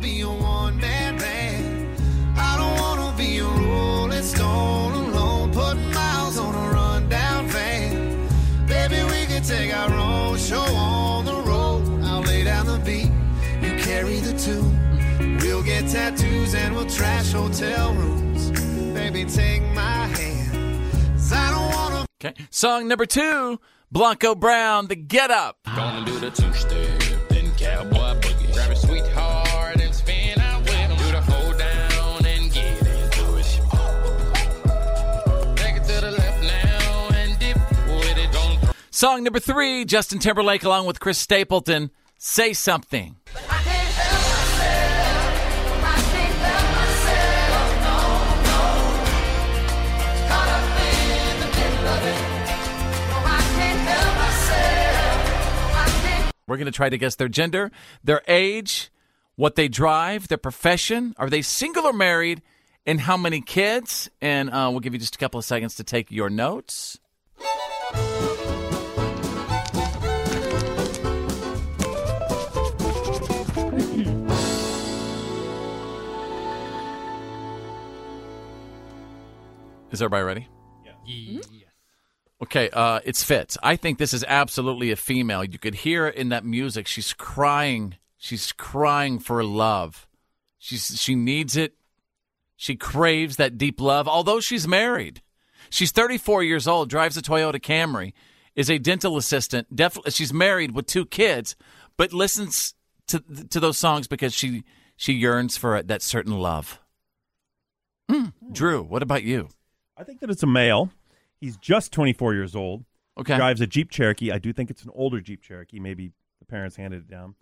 Speaker 6: be a rolling stone alone, putting miles on a rundown van. Baby, we can take our own show on the road. I'll lay down the beat, you carry the tune. We'll get tattoos and we'll trash hotel rooms. Baby, take my hand. 'Cause I don't wanna
Speaker 9: Okay. Song number two Blanco Brown, The Get Up.
Speaker 3: Gonna do the two step, then cowboy boogie. Grab a sweetheart and spin out with 'em. Do the hold down and get into it. Take it to the left now and dip with it. Gonna
Speaker 9: Song number three Justin Timberlake along with Chris Stapleton, Say Something. We're going to try to guess their gender, their age, what they drive, their profession. Are they single or married? And how many kids? And uh, we'll give you just a couple of seconds to take your notes. Is everybody ready?
Speaker 1: Yeah.
Speaker 9: Okay, uh, it's Fitz. I think this is absolutely a female. You could hear in that music. She's crying. She's crying for love. She's she needs it. She craves that deep love. Although she's married, she's 34 years old. Drives a Toyota Camry. Is a dental assistant. Def- she's married with two kids, but listens to to those songs because she she yearns for that certain love. Hmm. Drew, what about you?
Speaker 8: I think that it's a male. He's just 24 years old.
Speaker 9: Okay.
Speaker 8: drives a Jeep Cherokee. I do think it's an older Jeep Cherokee. Maybe the parents handed it down.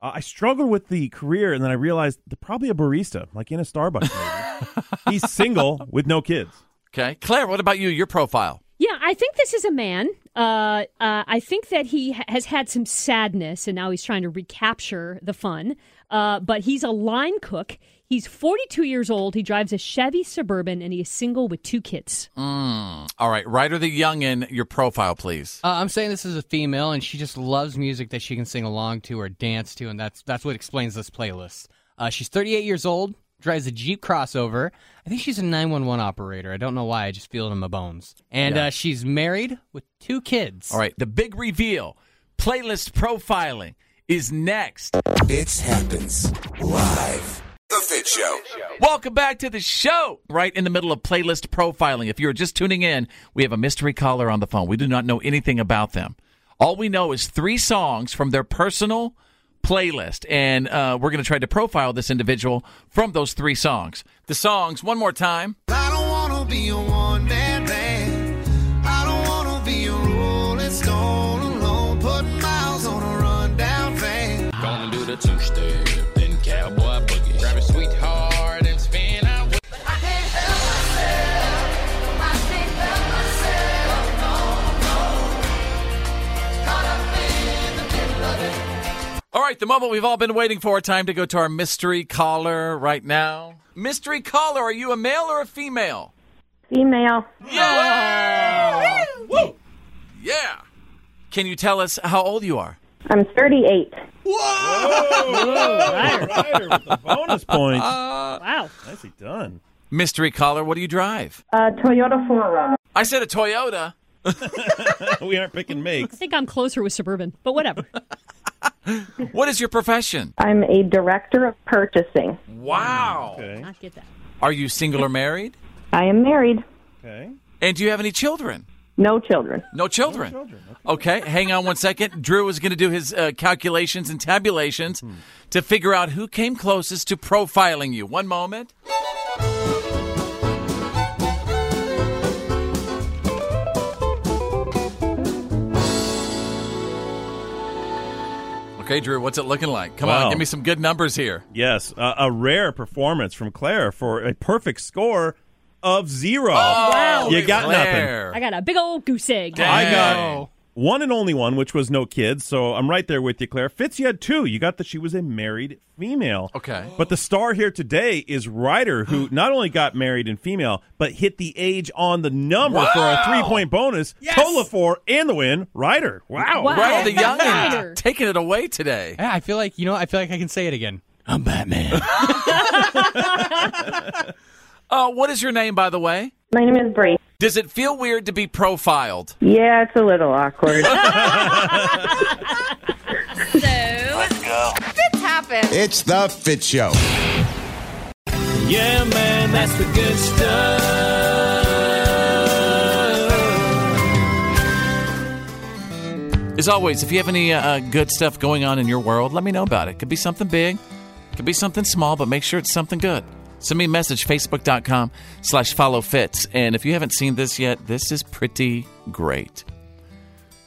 Speaker 8: Uh, I struggled with the career, and then I realized they're probably a barista, like in a Starbucks. Maybe. He's single with no kids.
Speaker 9: Okay, Claire, what about you? Your profile.
Speaker 4: Yeah, I think this is a man. Uh, uh, I think that he ha- has had some sadness and now he's trying to recapture the fun. Uh, but he's a line cook. He's 42 years old. He drives a Chevy Suburban and he is single with two kids.
Speaker 9: Mm. All right, Ryder the Youngin, your profile, please.
Speaker 1: Uh, I'm saying this is a female, and she just loves music that she can sing along to or dance to, and that's that's what explains this playlist. Uh, she's 38 years old, drives a Jeep crossover. I think she's a 911 operator. I don't know why. I just feel it in my bones. And
Speaker 9: Yeah.
Speaker 1: uh, she's married with two kids.
Speaker 9: All right, the big reveal playlist profiling is next. It happens live.
Speaker 11: The Fit Show.
Speaker 9: Welcome back to the show. Right in the middle of playlist profiling. If you're just tuning in, we have a mystery caller on the phone. We do not know anything about them. All we know is three songs from their personal playlist, and uh, we're going to try to profile this individual from those three songs. The songs, one more time.
Speaker 6: I don't wanna be a one man band. I don't wanna be a rolling stone alone, putting miles on a rundown van.
Speaker 3: Gonna do the two step, then cowboy boogie. Grab a sweetheart and spin out with
Speaker 9: All right, right, the moment we've all been waiting for. Time to go to our mystery caller right now. Mystery caller, are you a male or a female?
Speaker 16: Female.
Speaker 9: Yeah. Woo! Yeah. Can you tell us how old you are?
Speaker 16: I'm 38.
Speaker 9: Bonus points.
Speaker 4: wow.
Speaker 8: Nicely done.
Speaker 9: Mystery caller, what do you drive?
Speaker 16: Uh, Toyota 4Runner.
Speaker 9: I said a Toyota.
Speaker 8: we aren't picking
Speaker 4: I
Speaker 8: makes.
Speaker 4: think I'm closer with Suburban, but whatever.
Speaker 8: Oh,
Speaker 9: What is your profession?
Speaker 16: I'm a director of purchasing.
Speaker 9: Wow.
Speaker 4: Not get that.
Speaker 9: Are you single or married?
Speaker 16: I am married.
Speaker 8: Okay.
Speaker 9: And do you have any children?
Speaker 16: No children.
Speaker 9: No children. Okay. hang on one second. Drew is going to do his uh, calculations and tabulations to figure out who came closest to profiling you. One moment. Okay, Drew, what's it looking like? Come
Speaker 8: Wow.
Speaker 9: on, give me some good numbers here.
Speaker 8: Yes, uh, a rare performance from Claire for a perfect score of zero.
Speaker 4: Oh, wow.
Speaker 8: You got
Speaker 4: I got a big old goose egg.
Speaker 8: nothing. I got one and only one, which was no kids. So I'm right there with you, Claire. Fitz, you had two. You got that she was a married female.
Speaker 9: Okay.
Speaker 8: But the star here today is Ryder, who not only got married and female, but hit the age on the number for a
Speaker 9: Wow.
Speaker 8: three point bonus. Tola for and the win. Ryder. Wow.
Speaker 9: Wow. Ryder the youngin' Ah, taking it away today.
Speaker 1: Yeah, I feel like you know. I feel like I can say it again.
Speaker 9: Uh, what is your name, by the way?
Speaker 16: My name is Bree.
Speaker 9: Does it feel weird to be profiled?
Speaker 16: Yeah, it's a little awkward.
Speaker 5: So, let's
Speaker 11: go.
Speaker 5: Fits happen.
Speaker 11: It's the Fit Show.
Speaker 17: Yeah, man, that's the good stuff.
Speaker 9: As always, if you have any uh, good stuff going on in your world, let me know about it. Could be something big, could be something small, but make sure it's something good. Send me a message, facebook.com slash follow fits. And if you haven't seen this yet, this is pretty great.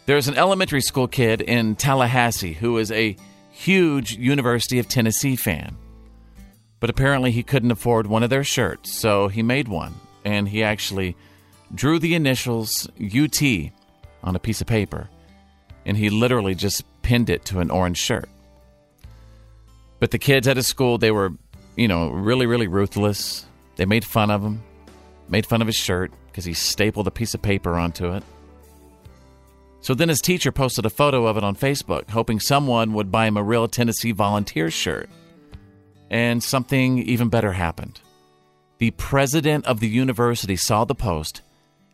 Speaker 9: There's an elementary school kid in Tallahassee who is a huge University of Tennessee fan. But apparently he couldn't afford one of their shirts, so he made one. And he actually drew the initials UT on a piece of paper. And he literally just pinned it to an orange shirt. But the kids at his school, they were, you know, really, really ruthless. They made fun of him, made fun of his shirt because he stapled a piece of paper onto it. So then his teacher posted a photo of it on Facebook, hoping someone would buy him a real Tennessee volunteer shirt. And something even better happened. The president of the university saw the post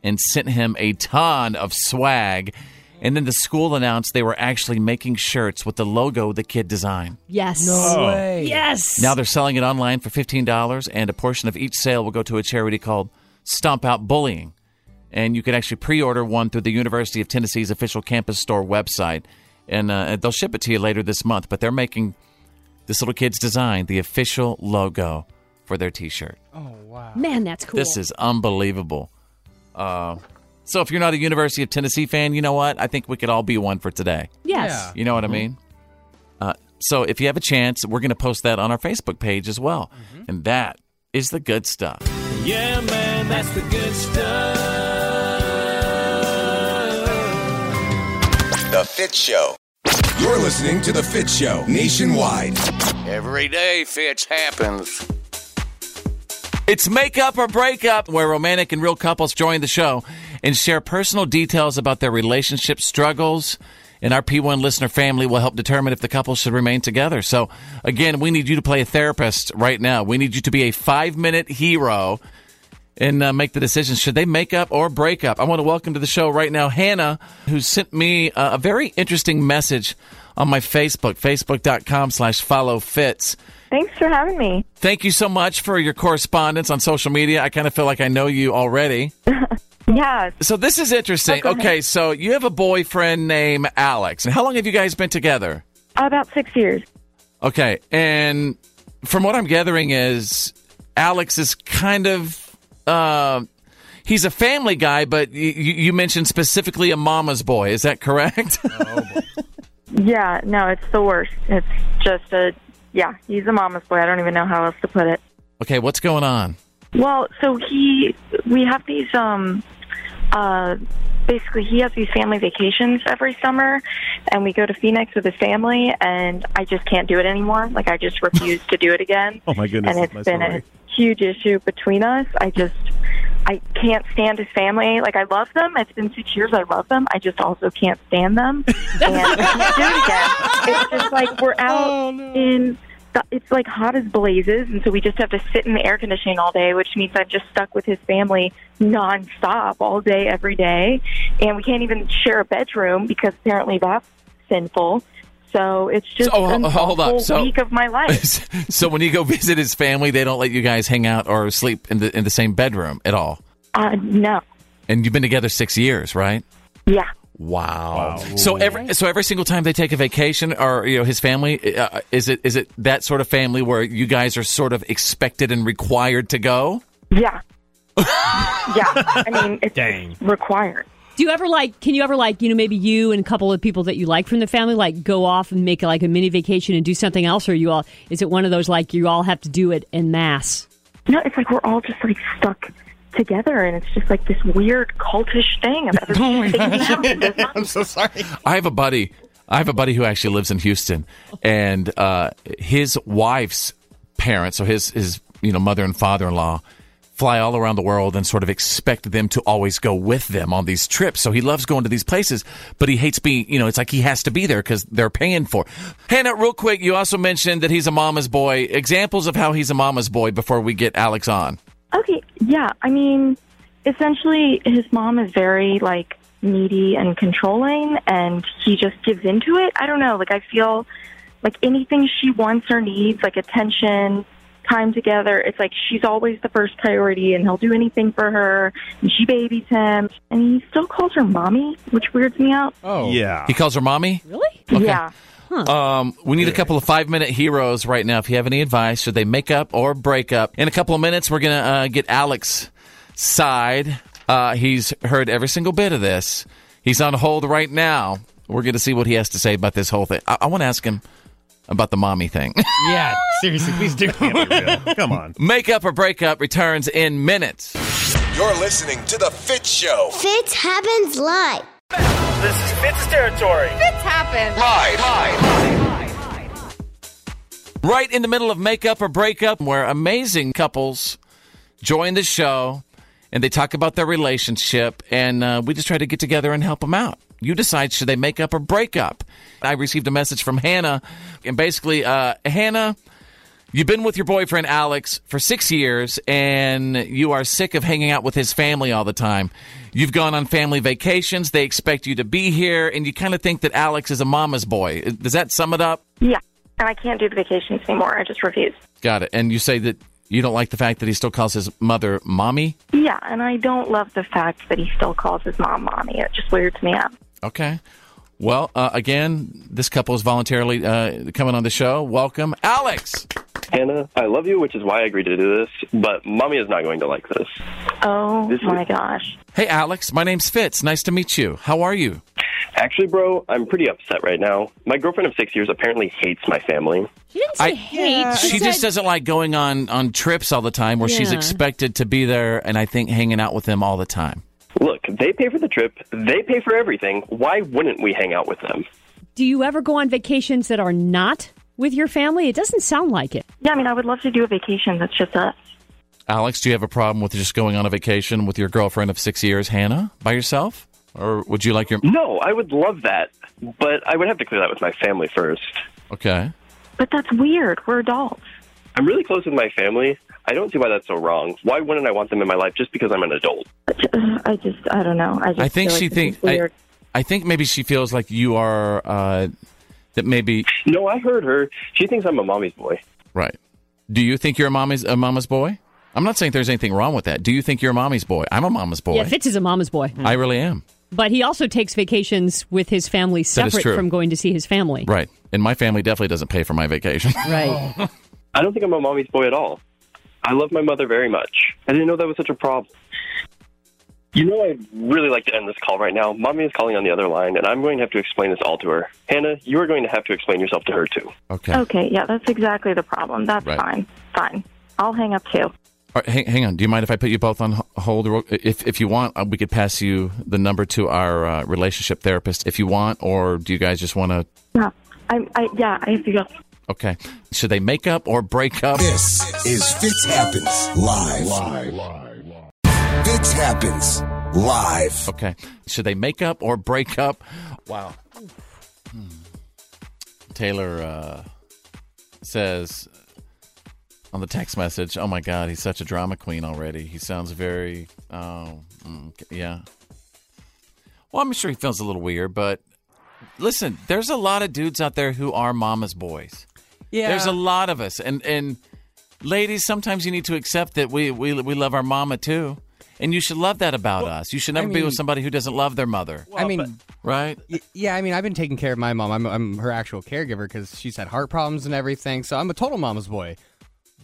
Speaker 9: and sent him a ton of swag. And then the school announced they were actually making shirts with the logo the kid designed.
Speaker 4: Yes.
Speaker 9: No way.
Speaker 4: Yes.
Speaker 9: Now they're selling it online for $15, and a portion of each sale will go to a charity called Stomp Out Bullying. And you can actually pre order one through the University of Tennessee's official campus store website. And uh, they'll ship it to you later this month. But they're making this little kid's design the official logo for their t shirt.
Speaker 8: Oh,
Speaker 4: Man, that's cool.
Speaker 9: This is unbelievable. Uh, so if you're not a University of Tennessee fan, you know what? I think we could all be one for today.
Speaker 4: Yes. Yeah.
Speaker 9: You know what I mean? Uh, so if you have a chance, we're going to post that on our Facebook page as well. And that is the good stuff.
Speaker 17: Yeah, man, that's the good stuff.
Speaker 11: The Fit Show. You're listening to The Fit Show nationwide.
Speaker 3: Every day, Fitz happens.
Speaker 9: It's Makeup or Breakup, where romantic and real couples join the show and share personal details about their relationship struggles. And our P1 listener family will help determine if the couple should remain together. So, again, we need you to play a therapist right now. We need you to be a five minute hero and uh, make the decision should they make up or break up. I want to welcome to the show right now Hannah, who sent me uh, a very interesting message on my Facebook, facebook.com slash follow fits.
Speaker 18: Thanks for having me.
Speaker 9: Thank you so much for your correspondence on social media. I kind of feel like I know you already.
Speaker 18: Yeah,
Speaker 9: So this is interesting. okay, so you have a boyfriend named Alex. And how long have you guys been together?
Speaker 18: about six years.
Speaker 9: Okay, and from what I'm gathering is Alex is kind of uh, he's a family guy, but you, you mentioned specifically a mama's boy. Is that correct?
Speaker 18: Yeah, no, it's the worst. It's just a, yeah, he's a mama's boy. I don't even know how else to put it.
Speaker 9: okay, what's going on?
Speaker 18: Well, so he, we have these, um, uh, basically he has these family vacations every summer, and we go to Phoenix with his family, and I just can't do it anymore. Like I just refuse to do it again.
Speaker 8: Oh my goodness,
Speaker 18: And
Speaker 8: that's
Speaker 18: it's
Speaker 8: my
Speaker 18: been
Speaker 8: story.
Speaker 18: a huge issue between us. I just I can't stand his family. Like I love them. It's been six years. I love them. I just also can't stand them. And I can't do it again. It's just like
Speaker 9: Oh,
Speaker 18: we're out in. The, it's like hot as blazes, and so we just have to sit in the air conditioning all day, which means I'm just stuck with his family nonstop all day, every day, and we can't even share a bedroom because apparently that's sinful. So it's just
Speaker 9: So,
Speaker 18: an
Speaker 9: ho- hold up.
Speaker 18: awful
Speaker 9: So-
Speaker 18: week of my life.
Speaker 9: So when you go visit his family, they don't let you guys hang out or sleep in the in the same bedroom at all.
Speaker 18: uh, no,
Speaker 9: And you've been together six years, right?
Speaker 18: yeah.
Speaker 9: Wow. So every so every single time they take a vacation, or you know, his family uh, is it is it that sort of family where you guys are sort of expected and required to go?
Speaker 18: Yeah. yeah. I mean, it's required.
Speaker 4: Do you ever like? Can you ever like? You know, maybe you and a couple of people that you like from the family like go off and make like a mini vacation and do something else, or you all? Is it one of those like you all have to do it en masse?
Speaker 18: No, it's like we're all just like stuck together, and it's just like this weird cultish thing. Of everything happening.
Speaker 1: Oh I'm so sorry.
Speaker 9: I have a buddy. I have a buddy who actually lives in Houston, and uh, his wife's parents, so his his you know mother and father in law, fly all around the world and sort of expect them to always go with them on these trips. So he loves going to these places, but he hates being you know it's like he has to be there because they're paying for. it. Hannah, real quick, you also mentioned that he's a mama's boy. Examples of how he's a mama's boy before we get Alex on.
Speaker 18: Okay, yeah. I mean, essentially, his mom is very like needy and controlling, and he just gives into it. I don't know. Like, I feel like anything she wants or needs, like attention, time together, it's like she's always the first priority, and he'll do anything for her. And she babies him, and he still calls her mommy, which weirds me out.
Speaker 9: Oh yeah, he calls her mommy.
Speaker 4: Really?
Speaker 18: Yeah.
Speaker 9: Um, we need a couple of five minute heroes right now. If you have any advice, should they make up or break up? In a couple of minutes, we're gonna uh, get Alex side. Uh, he's heard every single bit of this. He's on hold right now. We're gonna see what he has to say about this whole thing. I, I want to ask him about the mommy thing.
Speaker 1: Yeah, seriously, please do.
Speaker 9: Come on, make up or break up returns in minutes.
Speaker 11: You're listening to The Fit Show.
Speaker 2: Fitz happens live.
Speaker 11: This is Fitz territory.
Speaker 5: Fits happen.
Speaker 11: Live.
Speaker 9: Right in the middle of makeup or breakup, where amazing couples join the show and they talk about their relationship, and uh, we just try to get together and help them out. You decide should they make up or break up. I received a message from Hannah, and basically, uh, Hannah, you've been with your boyfriend Alex for six years, and you are sick of hanging out with his family all the time. You've gone on family vacations; they expect you to be here, and you kind of think that Alex is a mama's boy. Does that sum it up?
Speaker 18: Yeah, and I can't do the vacations anymore. I just refuse.
Speaker 9: Got it. And you say that you don't like the fact that he still calls his mother mommy.
Speaker 18: Yeah, and I don't love the fact that he still calls his mom mommy. It just weirds me out.
Speaker 9: Okay. Well, uh, again, this couple is voluntarily uh, coming on the show. Welcome, Alex.
Speaker 19: Hannah, I love you, which is why I agreed to do this, but mommy is not going to like this.
Speaker 18: Oh
Speaker 19: This is-
Speaker 18: my gosh.
Speaker 9: Hey, Alex. My name's Fitz. Nice to meet you. How are you?
Speaker 19: Actually, bro, I'm pretty upset right now. My girlfriend of six years apparently hates my family.
Speaker 4: She didn't
Speaker 9: say
Speaker 4: hate.
Speaker 9: she just doesn't like going on on trips all the time, where she's
Speaker 19: Yeah.
Speaker 9: expected to be there, and I think hanging out with them all the time.
Speaker 19: Look, they pay for the trip, they pay for everything. Why wouldn't we hang out with them?
Speaker 4: Do you ever go on vacations that are not with your family? It doesn't sound like it.
Speaker 18: Yeah, I mean, I would love to do a vacation that's just us.
Speaker 9: Alex, do you have a problem with just going on a vacation with your girlfriend of six years, Hannah, by yourself, or would you like your?
Speaker 19: No, I would love that, but I would have to clear that with my family first.
Speaker 9: Okay.
Speaker 18: But that's weird. We're adults.
Speaker 19: I'm really close with my family. I don't see why that's so wrong. Why wouldn't I want them in my life just because I'm an adult?
Speaker 18: I just, I don't know. I, just
Speaker 9: I think
Speaker 18: feel like
Speaker 9: she
Speaker 18: this
Speaker 9: thinks.
Speaker 18: is
Speaker 9: I,
Speaker 18: weird.
Speaker 9: I think maybe she feels like you are uh, that maybe.
Speaker 19: No, I heard her. She thinks I'm a mommy's boy.
Speaker 9: Right. Do you think you're a mommy's a mama's boy? I'm not saying there's anything wrong with that. Do you think you're a mommy's boy? I'm a mama's boy. Hmm.
Speaker 4: Yeah, Fitz is a mama's boy,
Speaker 9: I really am.
Speaker 4: but he also takes vacations with his family
Speaker 9: That is
Speaker 4: separate
Speaker 9: true.
Speaker 4: from going to see his family.
Speaker 9: Right. And my family definitely doesn't pay for my vacation.
Speaker 4: Right.
Speaker 19: I don't think I'm a mommy's boy at all. I love my mother very much. I didn't know that was such a problem. You know, I'd really like to end this call right now. Mommy is calling on the other line, and I'm going to have to explain this all to her. Hannah, you are going to have to explain yourself to her, too.
Speaker 9: Okay.
Speaker 18: Okay, yeah, that's exactly the problem. That's
Speaker 19: Right.
Speaker 18: fine. Fine. I'll hang up too.
Speaker 9: All right, hang, hang on. Do you mind if I put you both on h- hold? real- If if you want, uh, we could pass you the number to our uh, relationship therapist if you want, or do you guys just want to?
Speaker 16: Yeah, I, I, yeah, I have to go.
Speaker 9: Okay. Should they make up or break up?
Speaker 11: This is Fitz Happens live. Live. Fitz Happens live.
Speaker 9: Okay. Should they make up or break up? Wow. Hmm. Taylor uh, says on the text message, "Oh my God, he's such a drama queen already. He sounds very, oh, mm, yeah." Well, I'm sure he feels a little weird, but listen, there's a lot of dudes out there who are mama's boys.
Speaker 20: Yeah.
Speaker 9: There's a lot of us. And and ladies, sometimes you need to accept that we we we love our mama too. And you should love that about us. You should never
Speaker 1: I
Speaker 9: be
Speaker 1: mean-
Speaker 9: with somebody who doesn't love their mother.
Speaker 1: I mean,
Speaker 9: right?
Speaker 1: yeah, I mean, I've been taking care of my mom. I'm, I'm her actual caregiver because she's had heart problems and everything. So I'm a total mama's boy.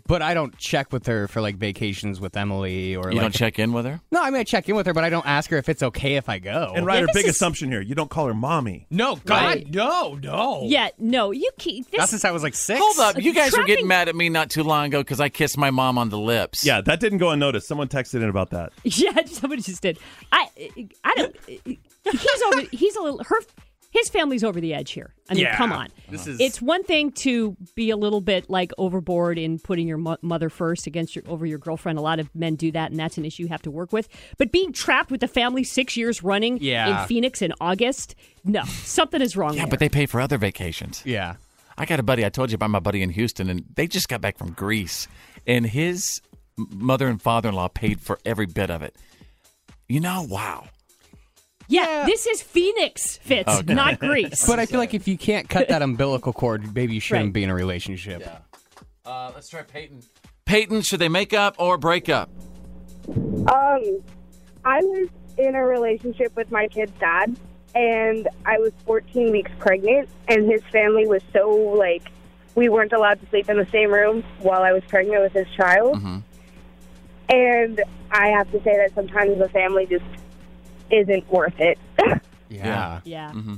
Speaker 1: But I don't check with her for like vacations with Emily or
Speaker 9: you
Speaker 1: like.
Speaker 9: don't check in with her?
Speaker 1: No, I mean, I check in with her, but I don't ask her if it's okay if I go.
Speaker 8: And right, a big assumption here: you don't call her mommy.
Speaker 1: No, God, no, no.
Speaker 4: Yeah, no, you keep this.
Speaker 1: Not since I was like six.
Speaker 9: Hold up. You guys were getting mad at me not too long ago because I kissed my mom on the lips.
Speaker 8: Yeah, that didn't go unnoticed. Someone texted in about that.
Speaker 4: Yeah, somebody just did. I, I don't. He's over. He's a little. Her, his family's over the edge here. I mean,
Speaker 20: Yeah.
Speaker 4: come on.
Speaker 20: This is-
Speaker 4: It's one thing to be a little bit like overboard in putting your mo- mother first against your over your girlfriend. A lot of men do that, and that's an issue you have to work with. But being trapped with the family six years running
Speaker 9: Yeah.
Speaker 4: in Phoenix in August, no, something is wrong.
Speaker 9: Yeah,
Speaker 4: there.
Speaker 9: but they pay for other vacations.
Speaker 1: Yeah.
Speaker 9: I got a buddy. I told you about my buddy in Houston, and they just got back from Greece, and his m- mother and father in law paid for every bit of it. You know, wow.
Speaker 4: yeah, this is Phoenix, Fitz,
Speaker 9: Oh,
Speaker 1: Okay.
Speaker 4: not Greece.
Speaker 1: But I feel like if you can't cut that umbilical cord, maybe you shouldn't be in a relationship.
Speaker 9: Uh, let's try Peyton. Peyton, should they make up or break up?
Speaker 21: Um, I was in a relationship with my kid's dad, and I was 14 weeks pregnant, and his family was so like we weren't allowed to sleep in the same room while I was pregnant with his child. And I have to say that sometimes the family just isn't worth it.
Speaker 9: Yeah.
Speaker 4: Yeah.
Speaker 1: Mm-hmm.
Speaker 9: hmm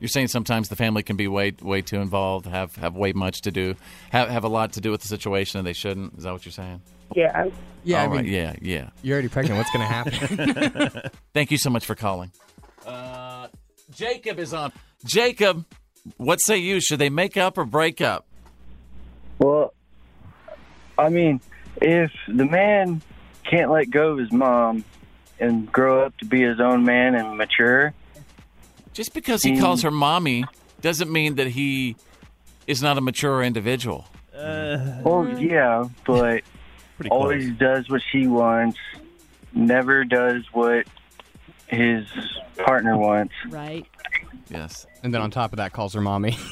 Speaker 9: You're saying sometimes the family can be way way too involved, have have way much to do, have have a lot to do with the situation, and they shouldn't. Is that what you're saying?
Speaker 21: yeah.
Speaker 1: Yeah, I
Speaker 9: All right,
Speaker 1: mean-
Speaker 9: yeah, yeah.
Speaker 1: You're already pregnant. What's going to happen?
Speaker 9: Thank you so much for calling. Uh, Jacob is on. Jacob, what say you? Should they make up or break up?
Speaker 22: Well, I mean, if the man can't let go of his mom and grow up to be his own man and mature,
Speaker 9: Just because he
Speaker 22: Mm.
Speaker 9: calls her mommy doesn't mean that he is not a mature individual.
Speaker 22: well, yeah, but always does what she wants, never does what his partner wants.
Speaker 4: Right.
Speaker 9: Yes.
Speaker 1: And then on top of that, calls her mommy.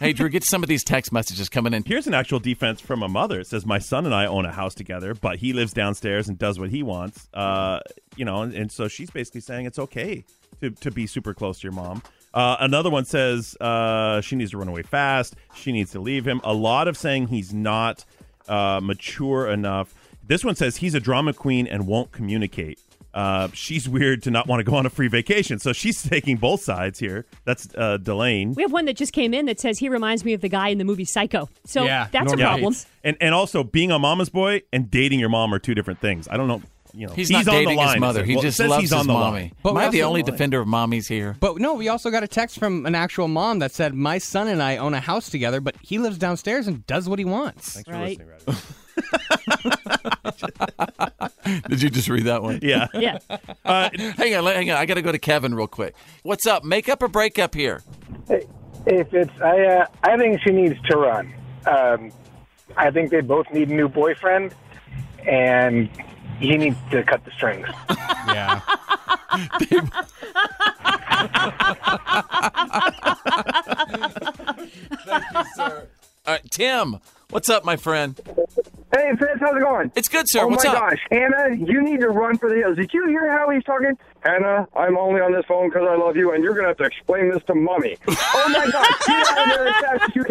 Speaker 9: Hey, Drew, get some of these text messages coming in.
Speaker 8: Here's an actual defense from a mother. It says, My son and I own a house together, but he lives downstairs and does what he wants. Uh, you know, and, and so she's basically saying it's okay to, to be super close to your mom. Uh, another one says uh, she needs to run away fast. She needs to leave him. A lot of saying he's not uh, mature enough. This one says he's a drama queen and won't communicate. Uh, she's weird to not want to go on a free vacation. So she's taking both sides here. That's uh, Delane.
Speaker 4: We have one that just came in that says he reminds me of the guy in the movie Psycho. So that's a
Speaker 8: Yeah.
Speaker 4: problem.
Speaker 8: And and also being a mama's boy and dating your mom are two different things. I don't know. You know,
Speaker 9: He's, not
Speaker 8: on
Speaker 9: dating
Speaker 8: the line.
Speaker 9: his mother.
Speaker 8: It says-
Speaker 9: He
Speaker 8: well, it
Speaker 9: just
Speaker 8: says
Speaker 9: loves
Speaker 8: he's
Speaker 9: his
Speaker 8: on the
Speaker 9: mommy.
Speaker 8: line.
Speaker 9: Am I the
Speaker 1: also-
Speaker 9: only defender of mommies here?
Speaker 1: But no, we also got a text from an actual mom that said, "My son and I own a house together, but he lives downstairs and does what he wants." Thanks
Speaker 8: for Right. listening,
Speaker 9: Did you just read that one?
Speaker 8: Yeah.
Speaker 4: Yeah.
Speaker 9: Uh, hang on, hang on. I got to go to Kevin real quick. What's up? Make up or break up here?
Speaker 23: If it's, I, uh, I think she needs to run. Um, I think they both need a new boyfriend, and he needs to cut the strings.
Speaker 1: Yeah.
Speaker 9: Thank you, sir. All right, Tim. What's up, my friend?
Speaker 24: Hey, Fitz, how's it going?
Speaker 9: It's good, sir.
Speaker 24: Oh
Speaker 9: What's
Speaker 24: my
Speaker 9: up?
Speaker 24: gosh, Hannah, you need to run for the hills. Did you hear how he's talking? Hannah, I'm only on this phone because I love you, and you're gonna have to explain this to mommy. oh my gosh, get out of there as fast as you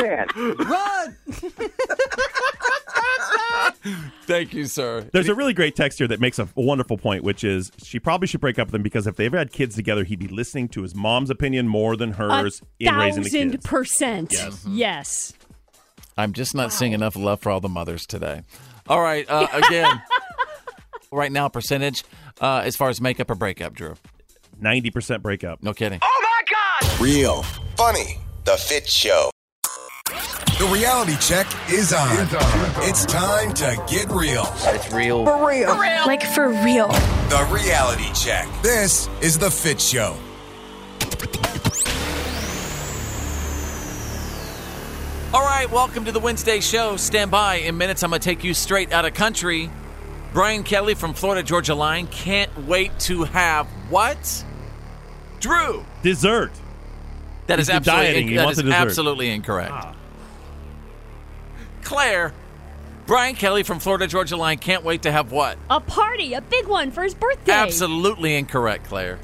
Speaker 24: can. Run!
Speaker 9: Thank you, sir.
Speaker 8: There's a really great text here that makes a wonderful point, which is she probably should break up with him because if they ever had kids together, he'd be listening to his mom's opinion more than hers
Speaker 4: a
Speaker 8: in raising the
Speaker 4: thousand
Speaker 8: kids. Mm-hmm.
Speaker 4: percent.
Speaker 9: Yes.
Speaker 4: Yes.
Speaker 9: I'm just not seeing enough love for all the mothers today. All right, uh, again, right now percentage uh, as far as makeup or breakup, Drew.
Speaker 8: Ninety percent breakup.
Speaker 9: No kidding.
Speaker 11: Real. Funny. The Fit Show. The reality check is on. It's time to get real. It's real.
Speaker 5: real. Like for real.
Speaker 11: The reality check. This is The Fit Show.
Speaker 9: All right, welcome to the Wednesday show. Stand by. In minutes, I'm going to take you straight out of country. Brian Kelly from Florida Georgia Line can't wait to have what? Drew.
Speaker 8: Dessert.
Speaker 9: That is
Speaker 8: He's been
Speaker 9: absolutely
Speaker 8: dieting.
Speaker 9: inc-
Speaker 8: He
Speaker 9: that
Speaker 8: wants
Speaker 9: is
Speaker 8: a dessert. Ah.
Speaker 9: absolutely incorrect. Claire, Brian Kelly from Florida Georgia Line can't wait to have what?
Speaker 4: A party, a big one for his birthday.
Speaker 9: Absolutely incorrect, Claire.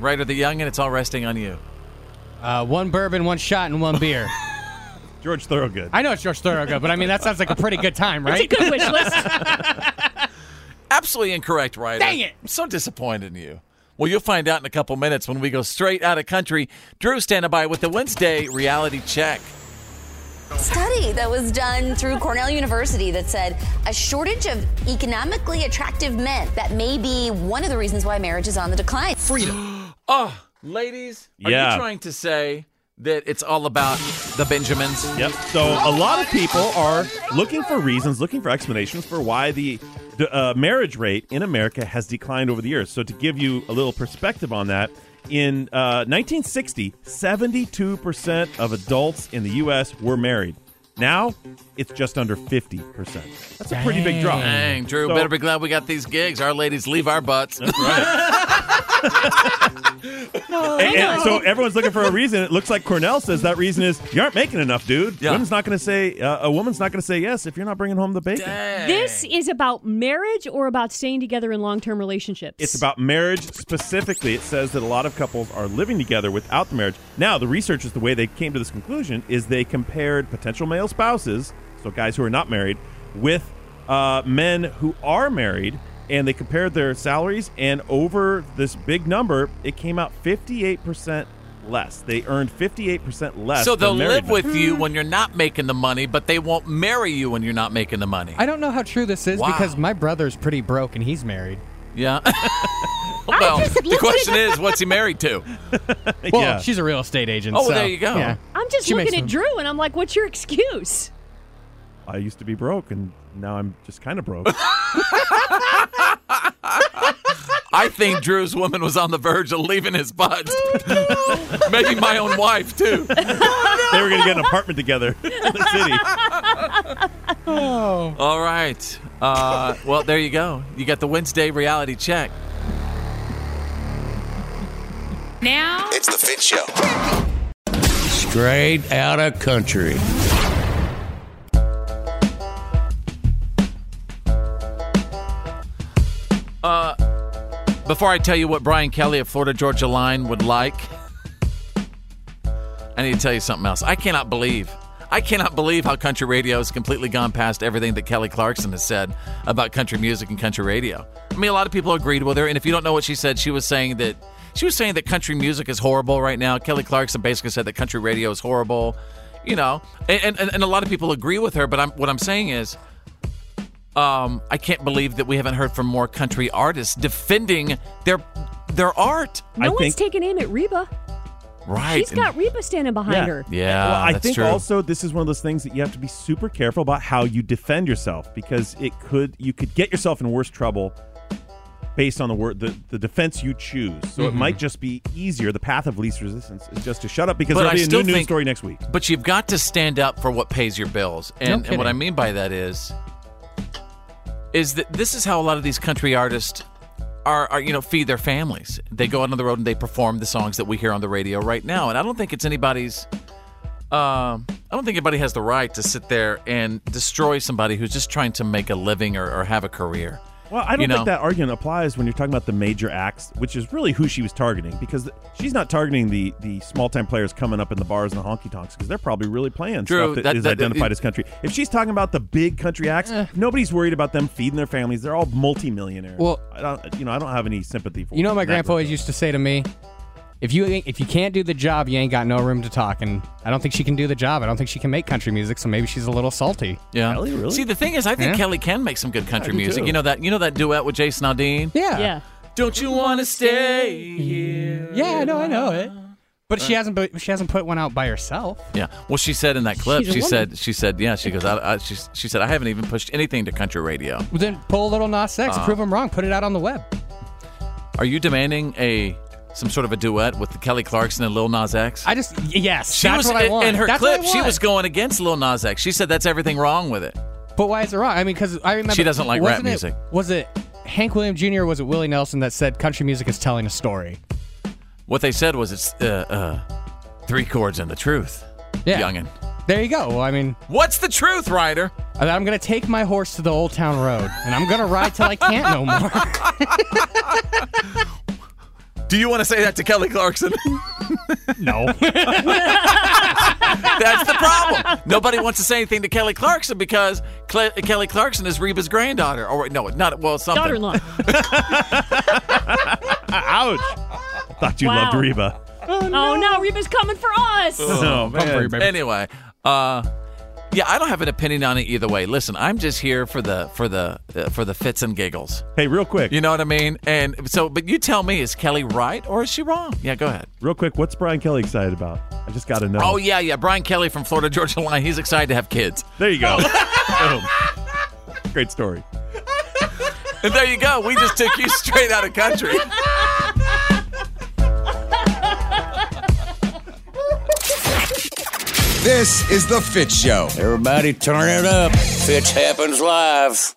Speaker 9: Right or the young, and it's all resting on you.
Speaker 1: Uh, one bourbon, one shot, and one beer.
Speaker 8: George Thorogood.
Speaker 1: I know it's George Thorogood, but I mean that sounds like a pretty good time, right?
Speaker 4: It's a good wish list.
Speaker 9: Absolutely incorrect, right?
Speaker 1: Dang it.
Speaker 9: I'm so disappointed in you. Well, you'll find out in a couple minutes when we go straight out of country. Drew standing by with the Wednesday reality check.
Speaker 7: study that was done through Cornell University that said a shortage of economically attractive men that may be one of the reasons why marriage is on the decline. Freedom.
Speaker 9: oh, ladies, Are
Speaker 8: Yeah.
Speaker 9: you trying to say that it's all about the Benjamins?
Speaker 8: Yep. So a lot of people are looking for reasons, looking for explanations for why the the, uh, marriage rate in America has declined over the years. So to give you a little perspective on that, in uh, 1960, 72 percent of adults in the U.S. were married. Now it's just under 50 percent. That's a pretty big drop.
Speaker 9: Dang, Drew,
Speaker 8: So-
Speaker 9: better be glad we got these gigs. Our ladies leave our butts.
Speaker 8: And, and so everyone's looking for a reason. It looks like Cornell says that reason is you aren't making enough, dude. Women's not going to say uh, a woman's not going to say yes if you're not bringing home the bacon.
Speaker 4: This is about marriage or about staying together in long term relationships.
Speaker 8: It's about marriage specifically. It says that a lot of couples are living together without the marriage. Now, the researchers, the way they came to this conclusion is they compared potential male spouses, so guys who are not married, with uh, men who are married, and they compared their salaries. And over this big number, it came out 58% less. They earned 58% less.
Speaker 9: so
Speaker 8: than
Speaker 9: they'll
Speaker 8: married
Speaker 9: live
Speaker 8: men.
Speaker 9: with you when you're not making the money, but they won't marry you when you're not making the money.
Speaker 1: I don't know how true this is
Speaker 9: Wow. Oh,
Speaker 1: because my brother's pretty broke and he's married.
Speaker 9: Yeah. well,
Speaker 4: just
Speaker 9: the
Speaker 4: listening-
Speaker 9: question is, what's he married to?
Speaker 1: Well, she's a real estate agent.
Speaker 9: Oh,
Speaker 1: so,
Speaker 9: there you go.
Speaker 1: yeah.
Speaker 4: I'm just
Speaker 1: She
Speaker 4: looking
Speaker 1: makes
Speaker 4: at
Speaker 1: them.
Speaker 4: Drew and I'm like, what's your excuse?
Speaker 8: I used to be broke, and now I'm just kind of broke.
Speaker 9: I think Drew's woman was on the verge of leaving his butt. Maybe my own wife, too.
Speaker 8: they were going to get an apartment together in the city.
Speaker 1: Oh.
Speaker 9: All right. Uh, well, there you go. You got the Wednesday reality check.
Speaker 5: Now
Speaker 11: it's the Fit Show.
Speaker 10: Straight out of country.
Speaker 9: Uh, before I tell you what Brian Kelly of Florida Georgia Line would like, I need to tell you something else. I cannot believe. I cannot believe how country radio has completely gone past everything that Kelly Clarkson has said about country music and country radio. I mean, a lot of people agreed with her, and if you don't know what she said, she was saying that she was saying that country music is horrible right now. Kelly Clarkson basically said that country radio is horrible, you know, and and, and a lot of people agree with her. But I'm, what I'm saying is, um, I can't believe that we haven't heard from more country artists defending their their art.
Speaker 4: No one's taking aim at Reba.
Speaker 9: right.
Speaker 4: She's
Speaker 9: and-
Speaker 4: got Reba standing behind
Speaker 8: yeah.
Speaker 4: her.
Speaker 9: Yeah,
Speaker 8: Well, I
Speaker 9: that's
Speaker 8: think
Speaker 9: true.
Speaker 8: also this is one of those things that you have to be super careful about how you defend yourself because it could you could get yourself in worse trouble based on the word the, the defense you choose. So it
Speaker 9: Mhm.
Speaker 8: might just be easier. The path of least resistance is just to shut up because
Speaker 9: But I
Speaker 8: there'll be a
Speaker 9: still
Speaker 8: new news
Speaker 9: think-
Speaker 8: story next week.
Speaker 9: But you've got to stand up for what pays your bills. And, and
Speaker 8: kidding.
Speaker 9: what I mean by that is is that this is how a lot of these country artists are, are you know feed their families. They go out on the road and they perform the songs that we hear on the radio right now. And I don't think it's anybody's um, I don't think anybody has the right to sit there and destroy somebody who's just trying to make a living or, or have a career.
Speaker 8: Well, I don't
Speaker 9: You know?
Speaker 8: think that argument applies when you're talking about the major acts, which is really who she was targeting, because th- she's not targeting the the small time players coming up in the bars and the honky tonks, because they're probably really playing
Speaker 9: Drew,
Speaker 8: stuff
Speaker 9: that-
Speaker 8: that is
Speaker 9: that- Eh.
Speaker 8: identified as country. If she's talking about the big country acts, nobody's worried about them feeding their families. They're all multimillionaires.
Speaker 1: Well-
Speaker 8: I don't, you know, I don't have any sympathy for.
Speaker 1: You know what my
Speaker 8: that.
Speaker 1: grandpa always used to say to me? If you ain't- if you can't do the job, you ain't got no room to talk. And I don't think she can do the job. I don't think she can make country music. So maybe she's a little salty.
Speaker 9: Yeah. See, the thing is, I think
Speaker 1: Yeah.
Speaker 9: Kelly can make some good country
Speaker 1: I do
Speaker 9: music.
Speaker 1: too.
Speaker 9: You know that you know that duet with Jason Aldean?
Speaker 1: Yeah. Mm.
Speaker 4: Yeah.
Speaker 9: Don't you want to stay here?
Speaker 1: Yeah, I know, I know it. But she hasn't. But she hasn't put one out by herself.
Speaker 9: Yeah. Well, she said in that clip,
Speaker 1: She's a
Speaker 9: she
Speaker 1: woman.
Speaker 9: said, she said, yeah, she goes, I, I, she, she said, I haven't even pushed anything to country radio.
Speaker 1: Well, then pull a little Nas X,
Speaker 9: Uh.
Speaker 1: prove him wrong, put it out on the web.
Speaker 9: Are you demanding a some sort of a duet with Kelly Clarkson and Lil Nas X?
Speaker 1: I just y- yes,
Speaker 9: she
Speaker 1: that's
Speaker 9: was
Speaker 1: what I
Speaker 9: in-
Speaker 1: want.
Speaker 9: in her
Speaker 1: That's what I
Speaker 9: clip. She
Speaker 1: want.
Speaker 9: was going against Lil Nas X. She said that's everything wrong with it.
Speaker 1: But why is it wrong? I mean, because I remember
Speaker 9: She doesn't like rap
Speaker 1: wasn't it-
Speaker 9: music.
Speaker 1: was it Hank Williams Jr. or was it Willie Nelson that said country music is telling a story?
Speaker 9: What they said was it's uh, uh, three chords and the truth.
Speaker 1: Yeah.
Speaker 9: youngin.
Speaker 1: There you go. Well, I mean,
Speaker 9: What's the truth, Ryder?
Speaker 1: I- I'm gonna take my horse to the old town road and I'm gonna ride till I can't no more.
Speaker 9: Do you want to say that to Kelly Clarkson?
Speaker 1: no.
Speaker 9: That's the problem. Nobody wants to say anything to Kelly Clarkson because Cle- Kelly Clarkson is Reba's granddaughter. Or wait, no, not well, something.
Speaker 4: Daughter-in-law.
Speaker 8: Ouch! Thought you
Speaker 4: Wow.
Speaker 8: loved Reba.
Speaker 4: Oh no. Reba's coming for us.
Speaker 8: Oh, man.
Speaker 9: Anyway, uh, yeah, I don't have an opinion on it either way. Listen, I'm just here for the for the uh, for the fits and giggles.
Speaker 8: Hey, real quick.
Speaker 9: You know what I mean? And so, but you tell me, is Kelly right or is she wrong? Yeah, go ahead.
Speaker 8: Real quick, what's Brian Kelly excited about? I just got to know.
Speaker 9: Oh yeah, yeah. Brian Kelly from Florida Georgia Line. He's excited to have kids. Oh.
Speaker 8: There you go. Boom. Great story.
Speaker 9: And there you go. We just took you straight out of country.
Speaker 11: This is the Fit Show. Everybody turn it up. Fitch happens live.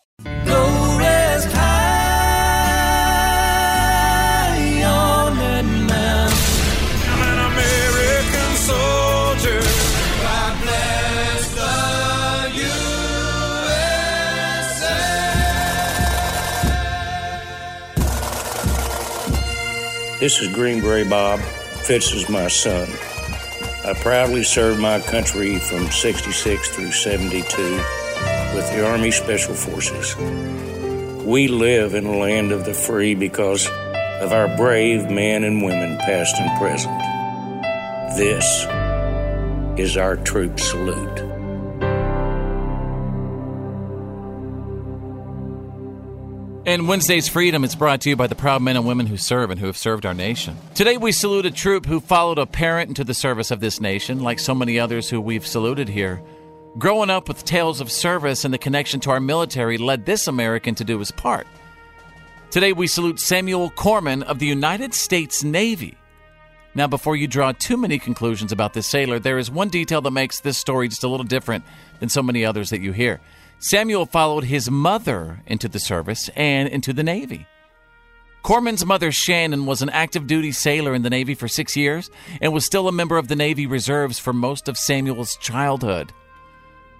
Speaker 17: I'm an American soldier. I bless the
Speaker 10: This is Green Gray Bob. Fitz is my son. I proudly served my country from 66 through 72 with the Army Special Forces. We live in a land of the free because of our brave men and women, past and present. This is our troop salute.
Speaker 9: And Wednesday's Freedom is brought to you by the proud men and women who serve and who have served our nation. Today, we salute a troop who followed a parent into the service of this nation, like so many others who we've saluted here. Growing up with tales of service and the connection to our military led this American to do his part. Today, we salute Samuel Corman of the United States Navy. Now, before you draw too many conclusions about this sailor, there is one detail that makes this story just a little different than so many others that you hear. Samuel followed his mother into the service and into the Navy. Corman's mother, Shannon, was an active duty sailor in the Navy for six years and was still a member of the Navy Reserves for most of Samuel's childhood.